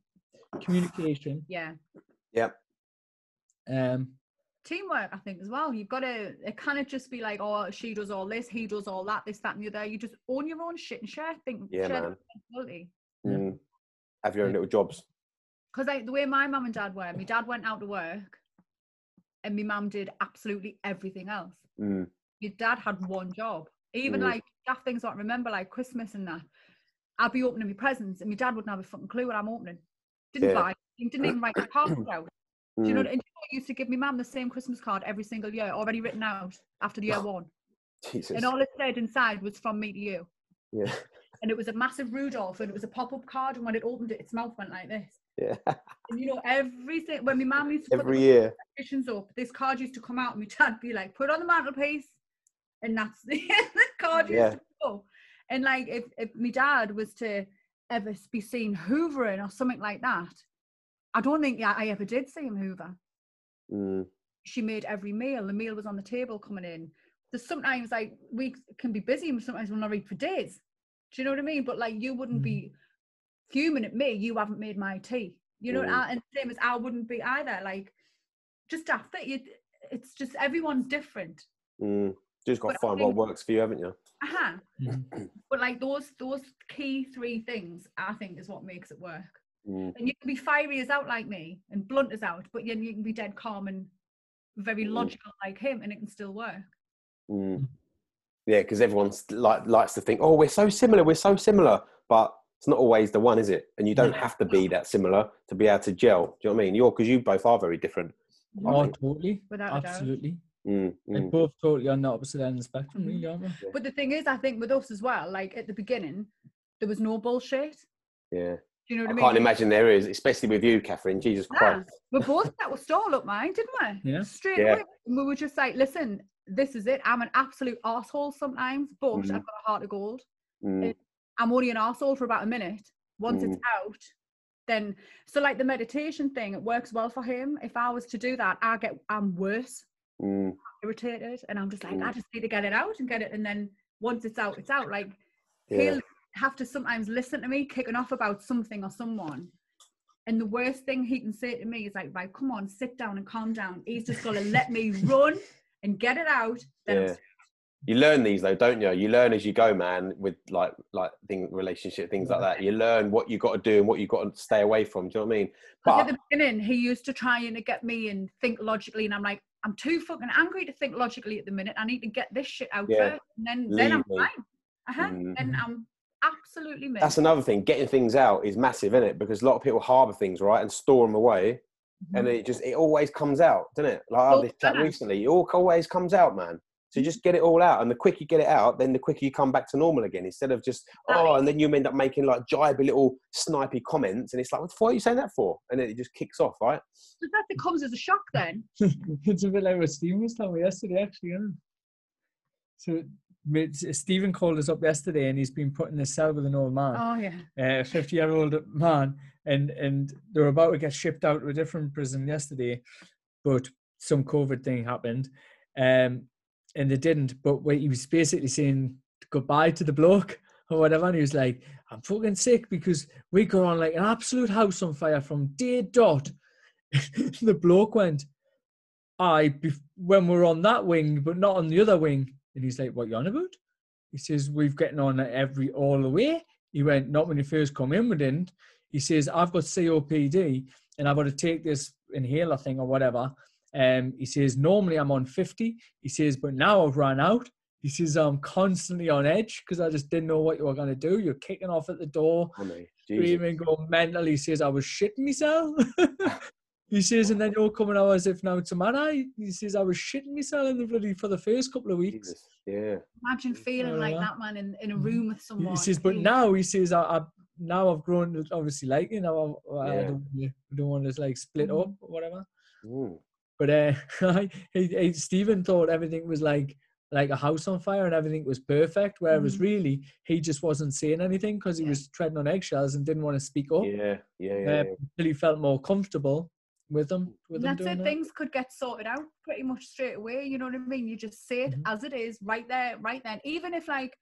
B: communication,
C: Yeah.
B: um,
C: Teamwork, I think, as well. You've got to, it can't just be like, oh, she does all this, he does all that, this, that, and the other. You just own your own shit and share things.
A: Yeah,
C: share
A: man.
C: Absolutely.
B: Yeah.
A: Mm. Have your own little jobs.
C: Because like, the way my mum and dad were, my dad went out to work and my mum did absolutely everything else.
A: Mm.
C: your dad had one job. Even
A: Mm.
C: like daft things like remember like Christmas and that. I'd be opening my presents and my dad wouldn't have a fucking clue what I'm opening. Didn't
A: Yeah.
C: buy. He didn't even write the card out. Do
A: Mm.
C: you know? what- And you know what, I used to give my mum the same Christmas card every single year, already written out after the year one.
A: Jesus.
C: And all it said inside was from me to you.
A: Yeah.
C: And it was a massive Rudolph and it was a pop-up card. And when it opened it, its mouth went like this.
A: Yeah.
C: And you know, everything when my mum used to put the
A: Every year.
C: decorations up, this card used to come out, and my dad be like, "Put it on the mantelpiece," and that's the, the card used
A: Yeah.
C: to go. And like, if if my dad was to ever s- be seen hoovering or something like that, I don't think I, I ever did see him hoover.
A: Mm.
C: She made every meal. The meal was on the table coming in. There's sometimes like we can be busy, and sometimes we're not ready for days. Do you know what I mean? But like, you wouldn't
B: Mm.
C: be fuming at me, you haven't made my tea. You know,
A: Mm.
C: I, and same as I wouldn't be either. Like, just after you, it's just everyone's different.
A: Mm. You just got to
C: But I
A: find what
C: think-
A: works for you, haven't you?
C: Uh-huh.
B: Mhm.
C: But like those those key three things, I think, is what makes it work.
A: Mm.
C: And you can be fiery as out like me and blunt as out, but then you can be dead calm and very
A: Mm.
C: logical like him, and it can still work.
A: Mm. Yeah, because everyone like, likes to think, oh, we're so similar, we're so similar, but it's not always the one, is it? And you don't
B: No.
A: have to be that similar to be able to gel. Do you know what I mean? You're because you both are very different. I
B: Oh,
A: think-
B: totally.
C: Without a doubt.
B: Absolutely.
A: Mm,
B: They're
A: mm,
B: both totally on the opposite end of the spectrum,
C: Mhm.
B: really, aren't they?
C: But the thing is, I think with us as well, like at the beginning, there was no bullshit.
A: yeah,
C: Do you know
A: I
C: what I,
A: can't
C: mean?
A: imagine there is, especially with you, Catherine. Jesus
C: Yeah.
A: Christ.
C: We both set our stall up, mine, didn't we?
B: Yeah.
C: Straight
A: Yeah.
C: away, and we were just like, listen, this is it. I'm an absolute asshole sometimes, but
A: Mhm.
C: I've got a heart of gold.
A: Mm,
C: I'm only an arsehole for about a minute. Once it's out, then so like the meditation thing, it works well for him. If I was to do that, I get I'm worse,
A: mm,
C: irritated, and I'm just like,
A: Mm.
C: I just need to get it out and get it. And then once it's out, it's out. Like
A: yeah.
C: he'll have to sometimes listen to me kicking off about something or someone. And the worst thing he can say to me is like, right, come on, sit down and calm down. He's just gonna let me run and get it out. Then I'm
A: yeah. You learn these though, don't you? You learn as you go, man. With like, like thing, relationship, things like that. You learn what you got to do and what you got to stay away from. Do you know what I mean?
C: Because
A: But
C: at the beginning, he used to try and get me and think logically, and I'm like, I'm too fucking angry to think logically at the minute. I need to get this shit out
A: Yeah.
C: first, and then then I'm
A: Leave me.
C: fine. Uh-huh.
A: Mm.
C: And I'm absolutely missed.
A: that's another thing. Getting things out is massive, isn't it? Because a lot of people harbour things, right, and store them away, and it just it always comes out, doesn't it? Like I had
C: Well,
A: this chat
C: yeah.
A: recently, it all always comes out, man. So just get it all out, and the quicker you get it out, then the quicker you come back to normal again. Instead of just oh, and then you end up making like jibey little snipey comments, and it's like, what the fuck are you saying that for? And then it just kicks off, right?
C: So that it comes as a shock then.
B: it's a bit like what Stephen was telling me yesterday, actually. Isn't it? So mate, S- Stephen called us up yesterday, and he's been put in a cell with an old man,
C: Oh yeah.
B: uh, a fifty-year-old man, and and they were about to get shipped out to a different prison yesterday, but some COVID thing happened, um, and they didn't. But wait, he was basically saying goodbye to the bloke or whatever, and he was like, "I'm fucking sick because we got on like an absolute house on fire from day dot." the bloke went, I bef- when we're on that wing, but not on the other wing. And he's like, "What you on about?" He says, "We've getting on at every all the way." He went, "Not when you first come in, we didn't." He says, "I've got COPD and I've got to take this inhaler thing or whatever." Um, he says, "Normally I'm on 50." He says, "But now I've run out." He says, "I'm constantly on edge because I just didn't know what you were going to do. You're kicking off at the door."
A: I mean, Jesus.
B: screaming, going mental. He says, I was shitting myself. he says, and then you're coming out as if now it's a man eye. He says, I was shitting myself in the bloody for the first couple of weeks.
A: Jesus. Yeah.
C: Imagine feeling like
B: yeah.
C: that man in, in a
B: Mhm.
C: room with
B: He-
C: someone.
B: He says, but
C: Ooh.
B: now he says, I, I now I've grown to obviously like you know I, I
A: Yeah.
B: don't, I don't want to like split
C: Mhm.
B: up or whatever.
A: Mm.
B: But uh, he, he, Stephen thought everything was like like a house on fire and everything was perfect, whereas
C: Mhm.
B: really he just wasn't saying anything because he
C: Yeah.
B: was treading on eggshells and didn't want to speak up.
A: Yeah. Yeah.
B: Uh,
A: Yeah.
B: until he felt more comfortable with them. With
C: And
B: them
C: that's
B: doing
C: it.
B: that.
C: Things could get sorted out pretty much straight away. You know what I mean? You just say it
B: Mhm.
C: as it is, right there, right then. Even if like,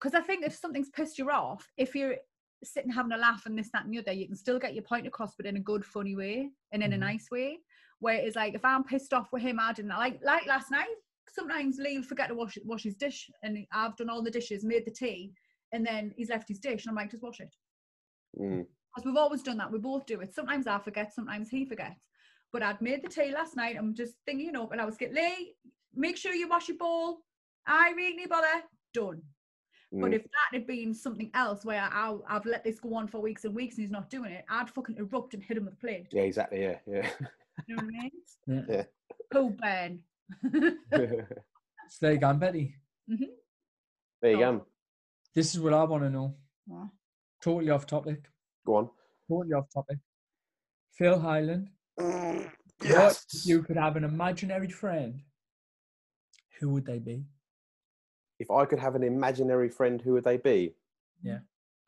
C: because I think if something's pissed you off, if you're sitting having a laugh and this, that, and the other, you can still get your point across, but in a good, funny way and in a
B: Mhm.
C: nice way. Where it's like, if I'm pissed off with him, I didn't like like last night. Sometimes Lee will forget to wash wash his dish, and I've done all the dishes, made the tea, and then he's left his dish, and I'm like, just wash it
A: Mm.
C: because we've always done that. We both do it. Sometimes I forget, sometimes he forgets. But I'd made the tea last night. I'm just thinking, you know, and I was getting Lee, make sure you wash your bowl. I really bother. Done. But
A: Mm.
C: if that had been something else where I, I've let this go on for weeks and weeks and he's not doing it, I'd fucking erupt and hit him with a plate.
A: yeah. Exactly. Yeah. Yeah.
C: You know what I mean?
B: Yeah.
A: Yeah.
C: Cool, Ben.
A: there
B: It's like I'm Betty.
A: you
C: Oh.
A: go.
B: This is what I want to know.
C: What?
B: Totally off topic.
A: Go on.
B: Totally off topic. Phil Highland.
A: Mm,
B: What
A: yes.
B: if you could have an imaginary friend? Who would they be?
A: If I could have an imaginary friend, who would they be?
B: Yeah.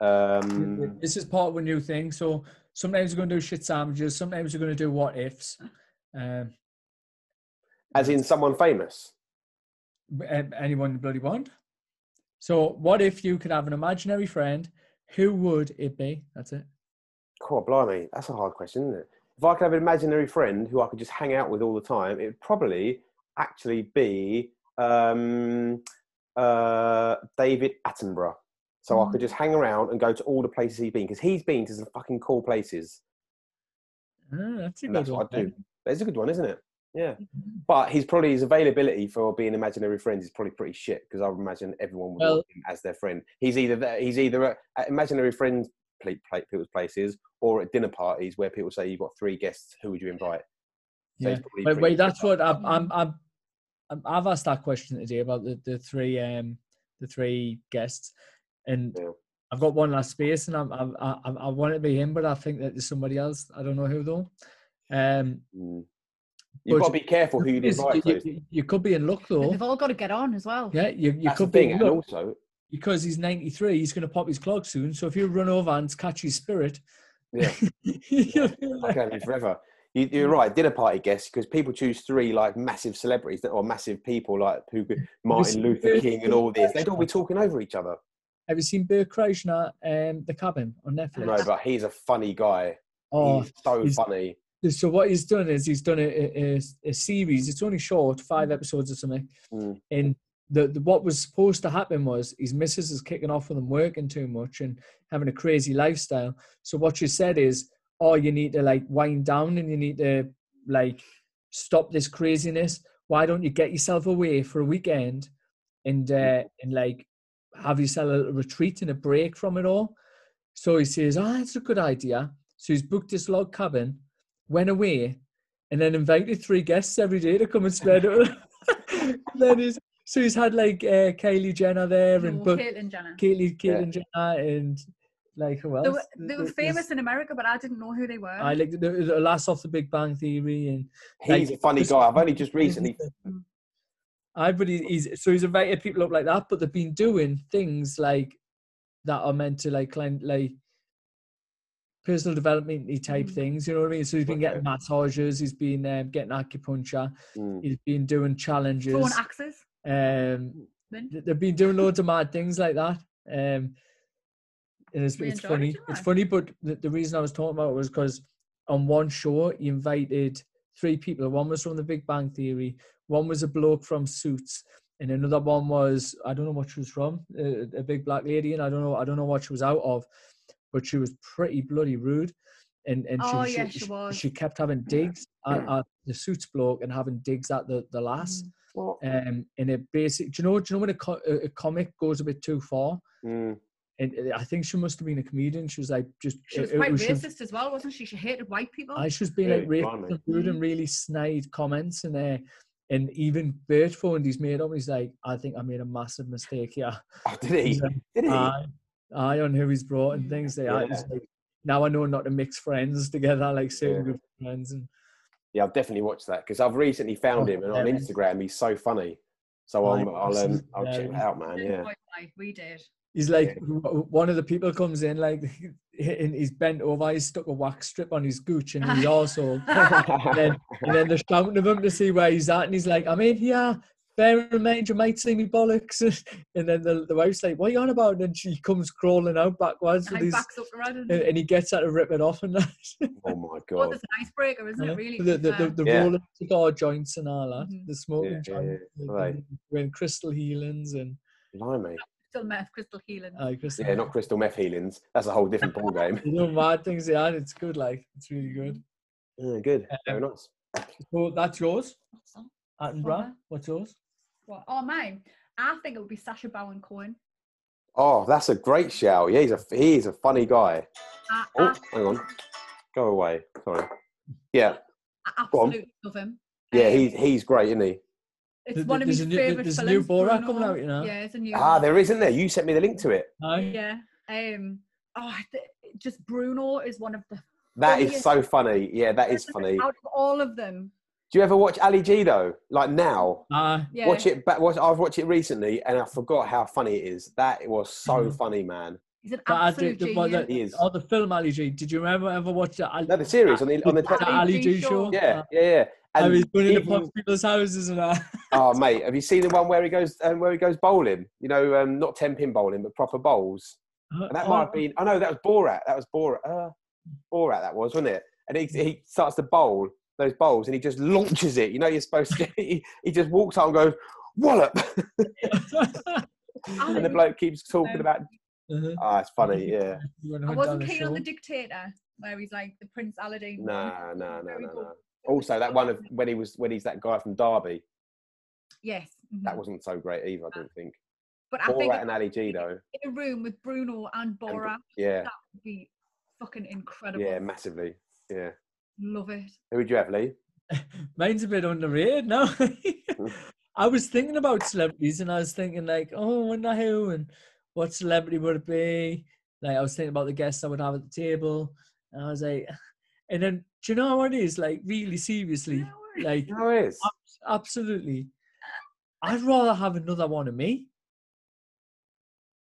A: Um,
B: This is part of a new thing. So sometimes we're going to do shit sandwiches. Sometimes we're going to do what ifs. Um,
A: as in someone famous.
B: a- anyone you bloody want. So, what if you could have an imaginary friend Who would it be? That's it.
A: God, blimey, that's a hard question, isn't it? If I could have an imaginary friend who I could just hang out with all the time, it would probably actually be um, uh, David Attenborough. So I could just hang around and go to all the places he's been because he's been to some fucking cool places.
B: Ah, that's a
A: And
B: good
A: that's
B: one.
A: what I do. That's a good one, isn't it? Yeah. But he's probably his availability for being imaginary friends is probably pretty shit because I would imagine everyone would
B: Well-
A: want him as their friend. He's either there, he's either at, at imaginary friends pla- pla- people's places or at dinner parties where people say you've got three guests. Who would you invite? So
B: Yeah.
A: he's probably
B: Wait,
A: pretty
B: wait, that's
A: shit.
B: what I'm, I'm, I'm, I'm- I've asked that question today about the, the three um the three guests, and
A: Yeah.
B: I've got one last space, and I'm, I'm, I, I I want it to be him, but I think that there's somebody else. I don't know who though. Um,
A: Mm. You've
B: But
A: got to be careful who you
B: is-
A: invite.
B: you,
A: though.
B: you- you could be in luck
D: But
B: though.
D: They've all got to get on as well.
B: Yeah, you, you
A: That's the
B: could be
A: thing,
B: in
A: and
B: luck
A: also
B: because he's 93. He's going to pop his clog soon. So if you run over and catch his spirit,
A: Yeah.
B: you'll be
A: I
B: like,
A: can have you forever. You,
B: Mm.
A: you're right, dinner party guests, because people choose three like massive celebrities that are massive people, like who could- Martin Luther King and all this. They'd all be talking over each other.
B: have you seen Bert Kreischer um, The Cabin on Netflix?
A: No, but he's a funny guy.
B: Oh,
A: he's so
B: he's-
A: funny.
B: So what he's done is he's done a, a, a- a series. It's only short, five episodes or something.
A: Mm.
B: And the, the what was supposed to happen was his missus is kicking off with him working too much and having a crazy lifestyle. So what she said is, oh, you need to like wind down and you need to like stop this craziness. Why don't you get yourself away for a weekend and uh, and like have yourself a little retreat and a break from it all? So he says, oh, that's a good idea. So he's booked this log cabin went away and then invited three guests every day to come and spend it. with him. then he's, so he's had like uh, Kylie Jenner there and
C: No,
B: but
C: Caitlyn Jenner.
B: Caitlyn
A: Yeah.
B: Caitlyn Jenner and like who else?
C: They were, they were
B: There's-
C: famous in America, but I didn't know who they were.
B: I like the, the last off the Big Bang Theory and
A: He's
B: like,
A: a funny
B: just-
A: guy. I've only just recently.
B: I but he- he's so he's invited people up like that, but they've been doing things like that are meant to like client like personal development type
D: Mm.
B: things. You know what I mean? So he's been getting
A: Okay.
B: massages, he's been um, getting acupuncture,
A: Mm.
B: he's been doing challenges.
C: Throwing axes.
B: Um,
C: Then-
B: th- they've been doing loads of mad things like that. Um, and it's,
C: We
B: it's
C: enjoyed it,
B: funny.
C: didn't
B: It's
C: we?
B: funny, but the, the reason I was talking about it was because on one show he invited three people. One was from The Big Bang Theory. One was a bloke from Suits, and another one was I don't know what she was from, a, a big black lady, and I don't know I don't know what she was out of, but she was pretty bloody rude. And, and
C: Oh,
B: she,
C: yeah,
B: she,
C: she was.
B: she kept having digs at, at the suits bloke and having digs at the, the lass
A: What?
B: um, in a basic. Do you know? Do you know when a, co- a a comic goes a bit too far?
A: Mm.
B: And uh, I think she must have been a comedian. She was like just.
C: She was
B: it- it
C: quite
B: just-
C: racist as well, wasn't she? She hated white people.
B: I she was being like
A: Really? Blimey.
B: racist and rude and really snide comments and uh, and even Bert phoned his mate up. He's like, I think I made a massive mistake here.
A: Oh, did he?
B: He's like,
A: Did he?
B: Aye, aye, on who he's brought and things. They are. He's like, now I know not to mix friends together, like certain
A: Yeah.
B: group of friends. And
A: yeah, I've definitely watched that because I've recently found
B: Oh,
A: him and on
B: hilarious.
A: Instagram he's so funny. So
B: Oh,
A: I'm, I'll um, I'll check it
B: hilarious.
A: out, man.
C: Didn't
A: Yeah.
C: quite like we did.
B: He's like w- w- one of the people comes in like and he's bent over. He's stuck a wax strip on his gooch, and he's also and then and then they're shouting at him to see where he's at, and he's like, "I'm in here." Bear in mind, you might see me bollocks. And then the, the wife's like, "What are you on about?" And then she comes crawling out backwards with
C: High
B: his,
C: backs up the road.
B: and, and he gets her to rip it off, and that.
A: oh my
C: Oh,
A: god.
C: there's an icebreaker, isn't it? Really?
B: the the, the,
C: Uh,
B: the
A: Yeah.
B: rolling cigar joints and all that,
C: Mhm.
B: the smoking
A: Yeah, yeah,
B: joints,
A: yeah.
B: and
A: Right.
B: doing crystal healings and
A: Blimey.
C: Still meth, crystal healing.
B: uh, crystal.
A: Yeah, not crystal meth healings. That's a whole different ball game.
B: you know, mad things. Yeah, and it's good. Like it's really good.
A: Yeah, good. Very nice.
B: So that's yours, Attenborough.
C: Okay.
B: What's yours?
C: What? Oh, mine. I think it would be Sasha Baron Cohen.
A: Oh, that's a great shout. Yeah, he's a he's a funny guy.
C: I,
A: Oh,
C: I,
A: hang on. Go away. Sorry. Yeah,
C: I
A: go on.
C: absolutely love him.
A: yeah,
C: Um,
A: he, he's great, isn't he?
B: Th-
C: It's one of
B: there's
C: his
B: a new-
C: favourite
B: there's
C: films.
B: a new Borat
C: growing
B: coming
C: up.
B: out, you know?
C: Yeah, it's a new
A: Ah,
C: one.
A: there is, isn't there? You sent me the link to it.
B: Aye.
C: Yeah. Um, oh, I th- just Bruno is one of the
A: That
C: yeah.
A: is so funny. Yeah, that is funny.
C: out of all of them.
A: Do you ever watch Ali G though? Like now,
B: Aye.
C: Yeah.
A: watch it back. Watch, I've watched it recently, and I forgot how funny it is. That was so
C: Mm-hmm.
B: Mhm.
A: funny, man.
C: He's an
B: But I
C: absolute
B: did, the,
C: genius.
B: one that-
A: He is.
B: oh, the film Ali G. Did you remember ever watch that? Ali,
A: No, the series on the on the
B: that
A: telly.
B: Ali G
C: Oh,
B: show.
A: Yeah, yeah, yeah.
B: I was going into
A: even-
B: pop- people's houses and that.
A: oh, mate, have you seen the one where he goes um, where he goes bowling? You know, um, not ten pin bowling, but proper bowls. And that might have been. I know that was Borat. That was Borat. Uh, Borat. That was, wasn't it? And he, he starts to bowl those bowls, and he just launches it. You know, you're supposed to. He, he just walks out and goes wallop, and the bloke keeps talking about.
B: Uh-huh.
A: Ah, it's funny. Yeah.
B: You wouldn't
C: I
B: have
C: wasn't
B: done a
C: keen on the
B: show.
C: dictator, where he's like the Prince Aladdin.
A: No, no, no,
C: Very
A: no,
C: good.
A: no. Also, that one of when he was when he's that guy from Derby.
C: Yes. mhm.
A: That wasn't so great either. I don't think.
C: but I think
A: Borat and Ali G though.
C: in a room with Bruno and Borat
A: Yeah,
C: would be fucking incredible.
A: yeah, massively. Yeah.
C: Love it.
A: Who would you have, Lee?
B: Mine's a bit underrated now. I was thinking about celebrities and I was thinking like, oh, I wonder who and what celebrity would it be? Like I was thinking about the guests I would have at the table. And I was like and then do you know what it is? Like really seriously.
C: No worries.
B: Like
A: No, it is.
B: absolutely. I'd rather have another one of me.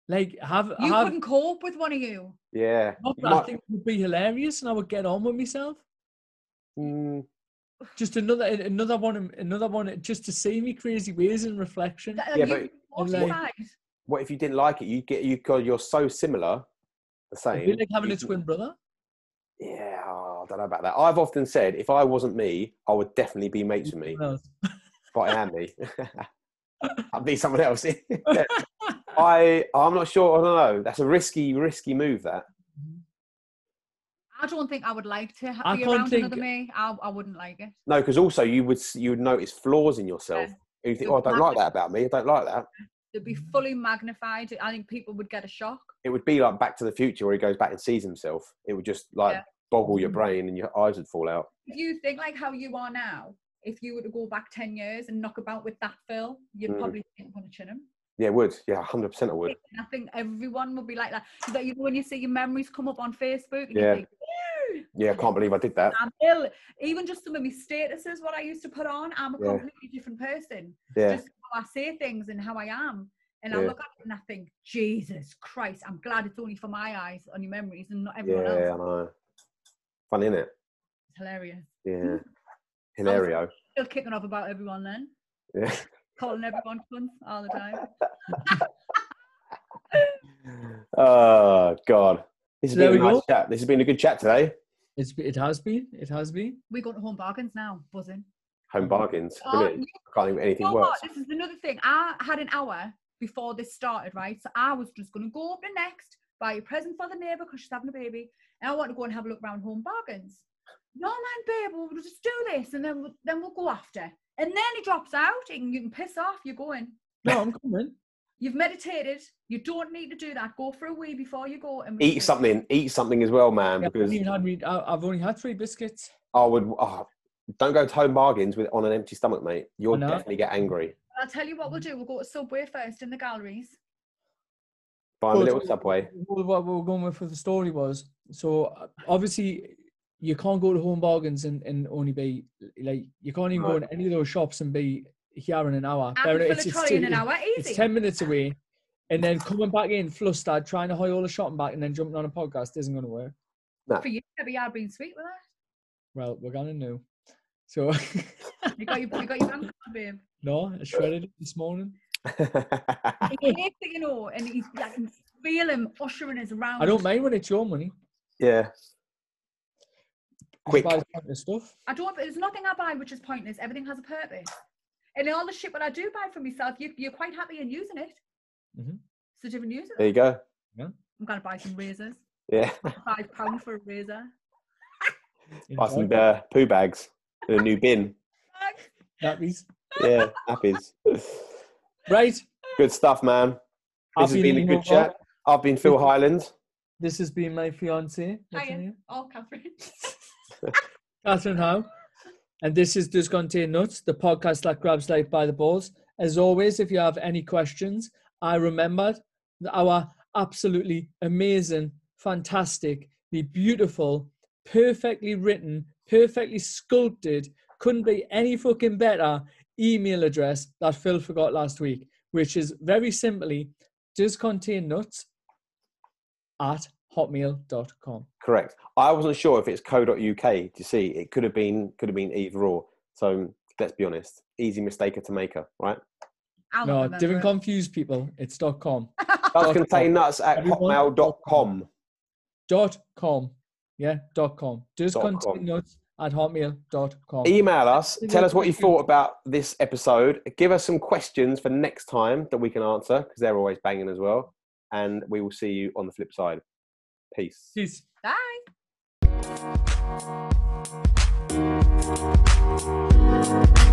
B: Like have
C: you
B: have
C: couldn't cope with one of you.
A: Yeah.
B: not
A: You
B: that I
A: might-
B: think it would be hilarious and I would get on with myself.
A: Mm,
B: Just another another one another one just to see me crazy ways in reflection.
C: That-
A: Yeah,
C: you
A: but-
C: mortified.
A: what if you didn't like it? You get you God, you're so similar. The
B: It'd
A: same.
B: be like having
A: you
B: a
A: can-
B: twin brother.
A: Yeah, oh, I don't know about that. I've often said if I wasn't me, I would definitely be mates with me,
B: Someone else.
A: but I am me. I'd be someone else. I I'm not sure. I don't know. That's a risky, risky move. That
C: I don't think I would like to ha-
B: I
C: be
B: can't
C: around another
B: think-
C: me. I, I wouldn't like it.
A: no, because also you would s- you would notice flaws in yourself. And you think, oh, I don't like that about me. I don't like that.
C: It'd be
B: Mm.
C: fully magnified. I think people would get a shock.
A: It would be like Back to the Future where he goes back and sees himself. It would just like
C: Yeah.
A: boggle
B: Mm.
A: your brain and your eyes would fall out.
C: If you think like how you are now, if you were to go back 10 years and knock about with that Phil, you'd
A: Mm.
C: probably think I'm going to chin him.
A: Yeah, it would. Yeah, hundred percent, I would.
C: And I think everyone would be like that. So that you, when you see your memories come up on Facebook, and
A: Yeah.
C: you think, "Ew,
A: Yeah, I can't believe I did that.
C: I'm ill. Even just some of my statuses, what I used to put on, I'm a
A: Yeah.
C: completely different person.
A: Yeah,
C: Just how I say things and how I am. And I
A: Yeah.
C: look at it and I think, Jesus Christ, I'm glad it's only for my eyes on your memories and not
A: yeah,
C: everyone
A: I
C: else.
A: know. Fun, innit? it?
C: It's hilarious.
B: Mm.
A: Yeah, hilario.
C: Still kicking off about everyone then.
A: Yeah.
C: Calling everyone cunts all the time.
A: Oh God, this has
B: There
A: been a
B: we
A: nice chat. This has been a good chat today.
B: It's, it has been. It has been.
C: We're going to home bargains now, buzzing.
B: Mm.
A: Home bargains.
B: Uh,
C: Oh,
A: Brilliant. Can't think of
C: You know
A: anything worse.
C: what? This is another thing. I had an hour before this started, right? So I was just going to go up the next, buy a present for the neighbour because she's having a baby, and I want to go and have a look round home bargains. No man, babe, we'll just do this, and then we'll, then we'll go after. And then he drops out, and you can piss off. You're going.
B: No, I'm coming.
C: You've meditated. You don't need to do that. Go for a wee before you go. And
A: Eat something. Eat something as well, man.
B: Yeah, I've,
A: Because
B: only had me, I, have only had three biscuits.
A: I would. Oh, don't go to home bargains with on an empty stomach, mate. You'll
B: I know.
A: definitely get angry.
C: I'll tell you what we'll do. We'll go to Subway first in the galleries.
A: Buy them a
B: But
A: little subway.
B: What what we were going with for the story was so uh, obviously you can't go to home bargains and, and only be like you can't even
A: No.
B: go in any of those shops and be here in an hour.
C: I
B: Bear
C: can
B: in-
C: fill a trolley in an
B: it's-
C: hour. Easy.
B: it's ten minutes away, and then coming back in flustered, trying to hoy all the shopping back, and then jumping on a podcast isn't going to work.
C: for you, maybe I've been sweet with that.
B: Well, we're gonna know. So
C: You got your, you got your bank card, babe.
B: no, I shredded it this morning.
C: He hates it, you know, and he's like, you feel him ushering us around.
B: I don't mind when it's your money.
A: yeah.
B: I
A: Quick.
B: buy the stuff.
C: I don't. There's nothing I buy which is pointless. Everything has a purpose. And all the shit that I do buy for myself, you, you're quite happy in using it.
B: Mhm.
C: So different using
A: There you go.
C: I'm gonna buy some razors.
A: Yeah.
C: Five pound for a razor.
A: Buy
B: Enjoy.
A: some uh, poo bags in a new bin.
C: Like,
B: That is
A: Yeah. Nappies.
B: right.
A: Good stuff, man. This has
B: I've
A: been a
B: Ian
A: good
B: Hobart.
A: chat. I've been Phil Highland.
B: This has been my fiance,
C: Hiya.
B: Nathaniel.
C: Oh, Catherine.
B: Catherine Howe. And this is Does Contain Nuts, the podcast that grabs life by the balls. As always, if you have any questions, I remembered that our absolutely amazing, fantastic, the beautiful, perfectly written, perfectly sculpted, couldn't be any fucking better email address that Phil forgot last week, which is very simply does contain nuts at hotmail.com.
A: Correct. I wasn't sure if it's co.uk. You see, it could have been could have been either or. So let's be honest. Easy mistake to make, right?
C: I'll
B: No,
C: remember
B: don't
C: it.
B: confuse people. It's dot com.
A: Does contain nuts at
B: Everyone-
A: hotmail.com.
B: Dot com. Yeah, dot com. Does
A: Dot
B: contain
A: com.
B: nuts at hotmail dot com.
A: Email us. Tell us what you thought about this episode. Give us some questions for next time that we can answer because they're always banging as well. And we will see you on the flip side. Peace.
B: Peace.
C: Bye.
D: Thank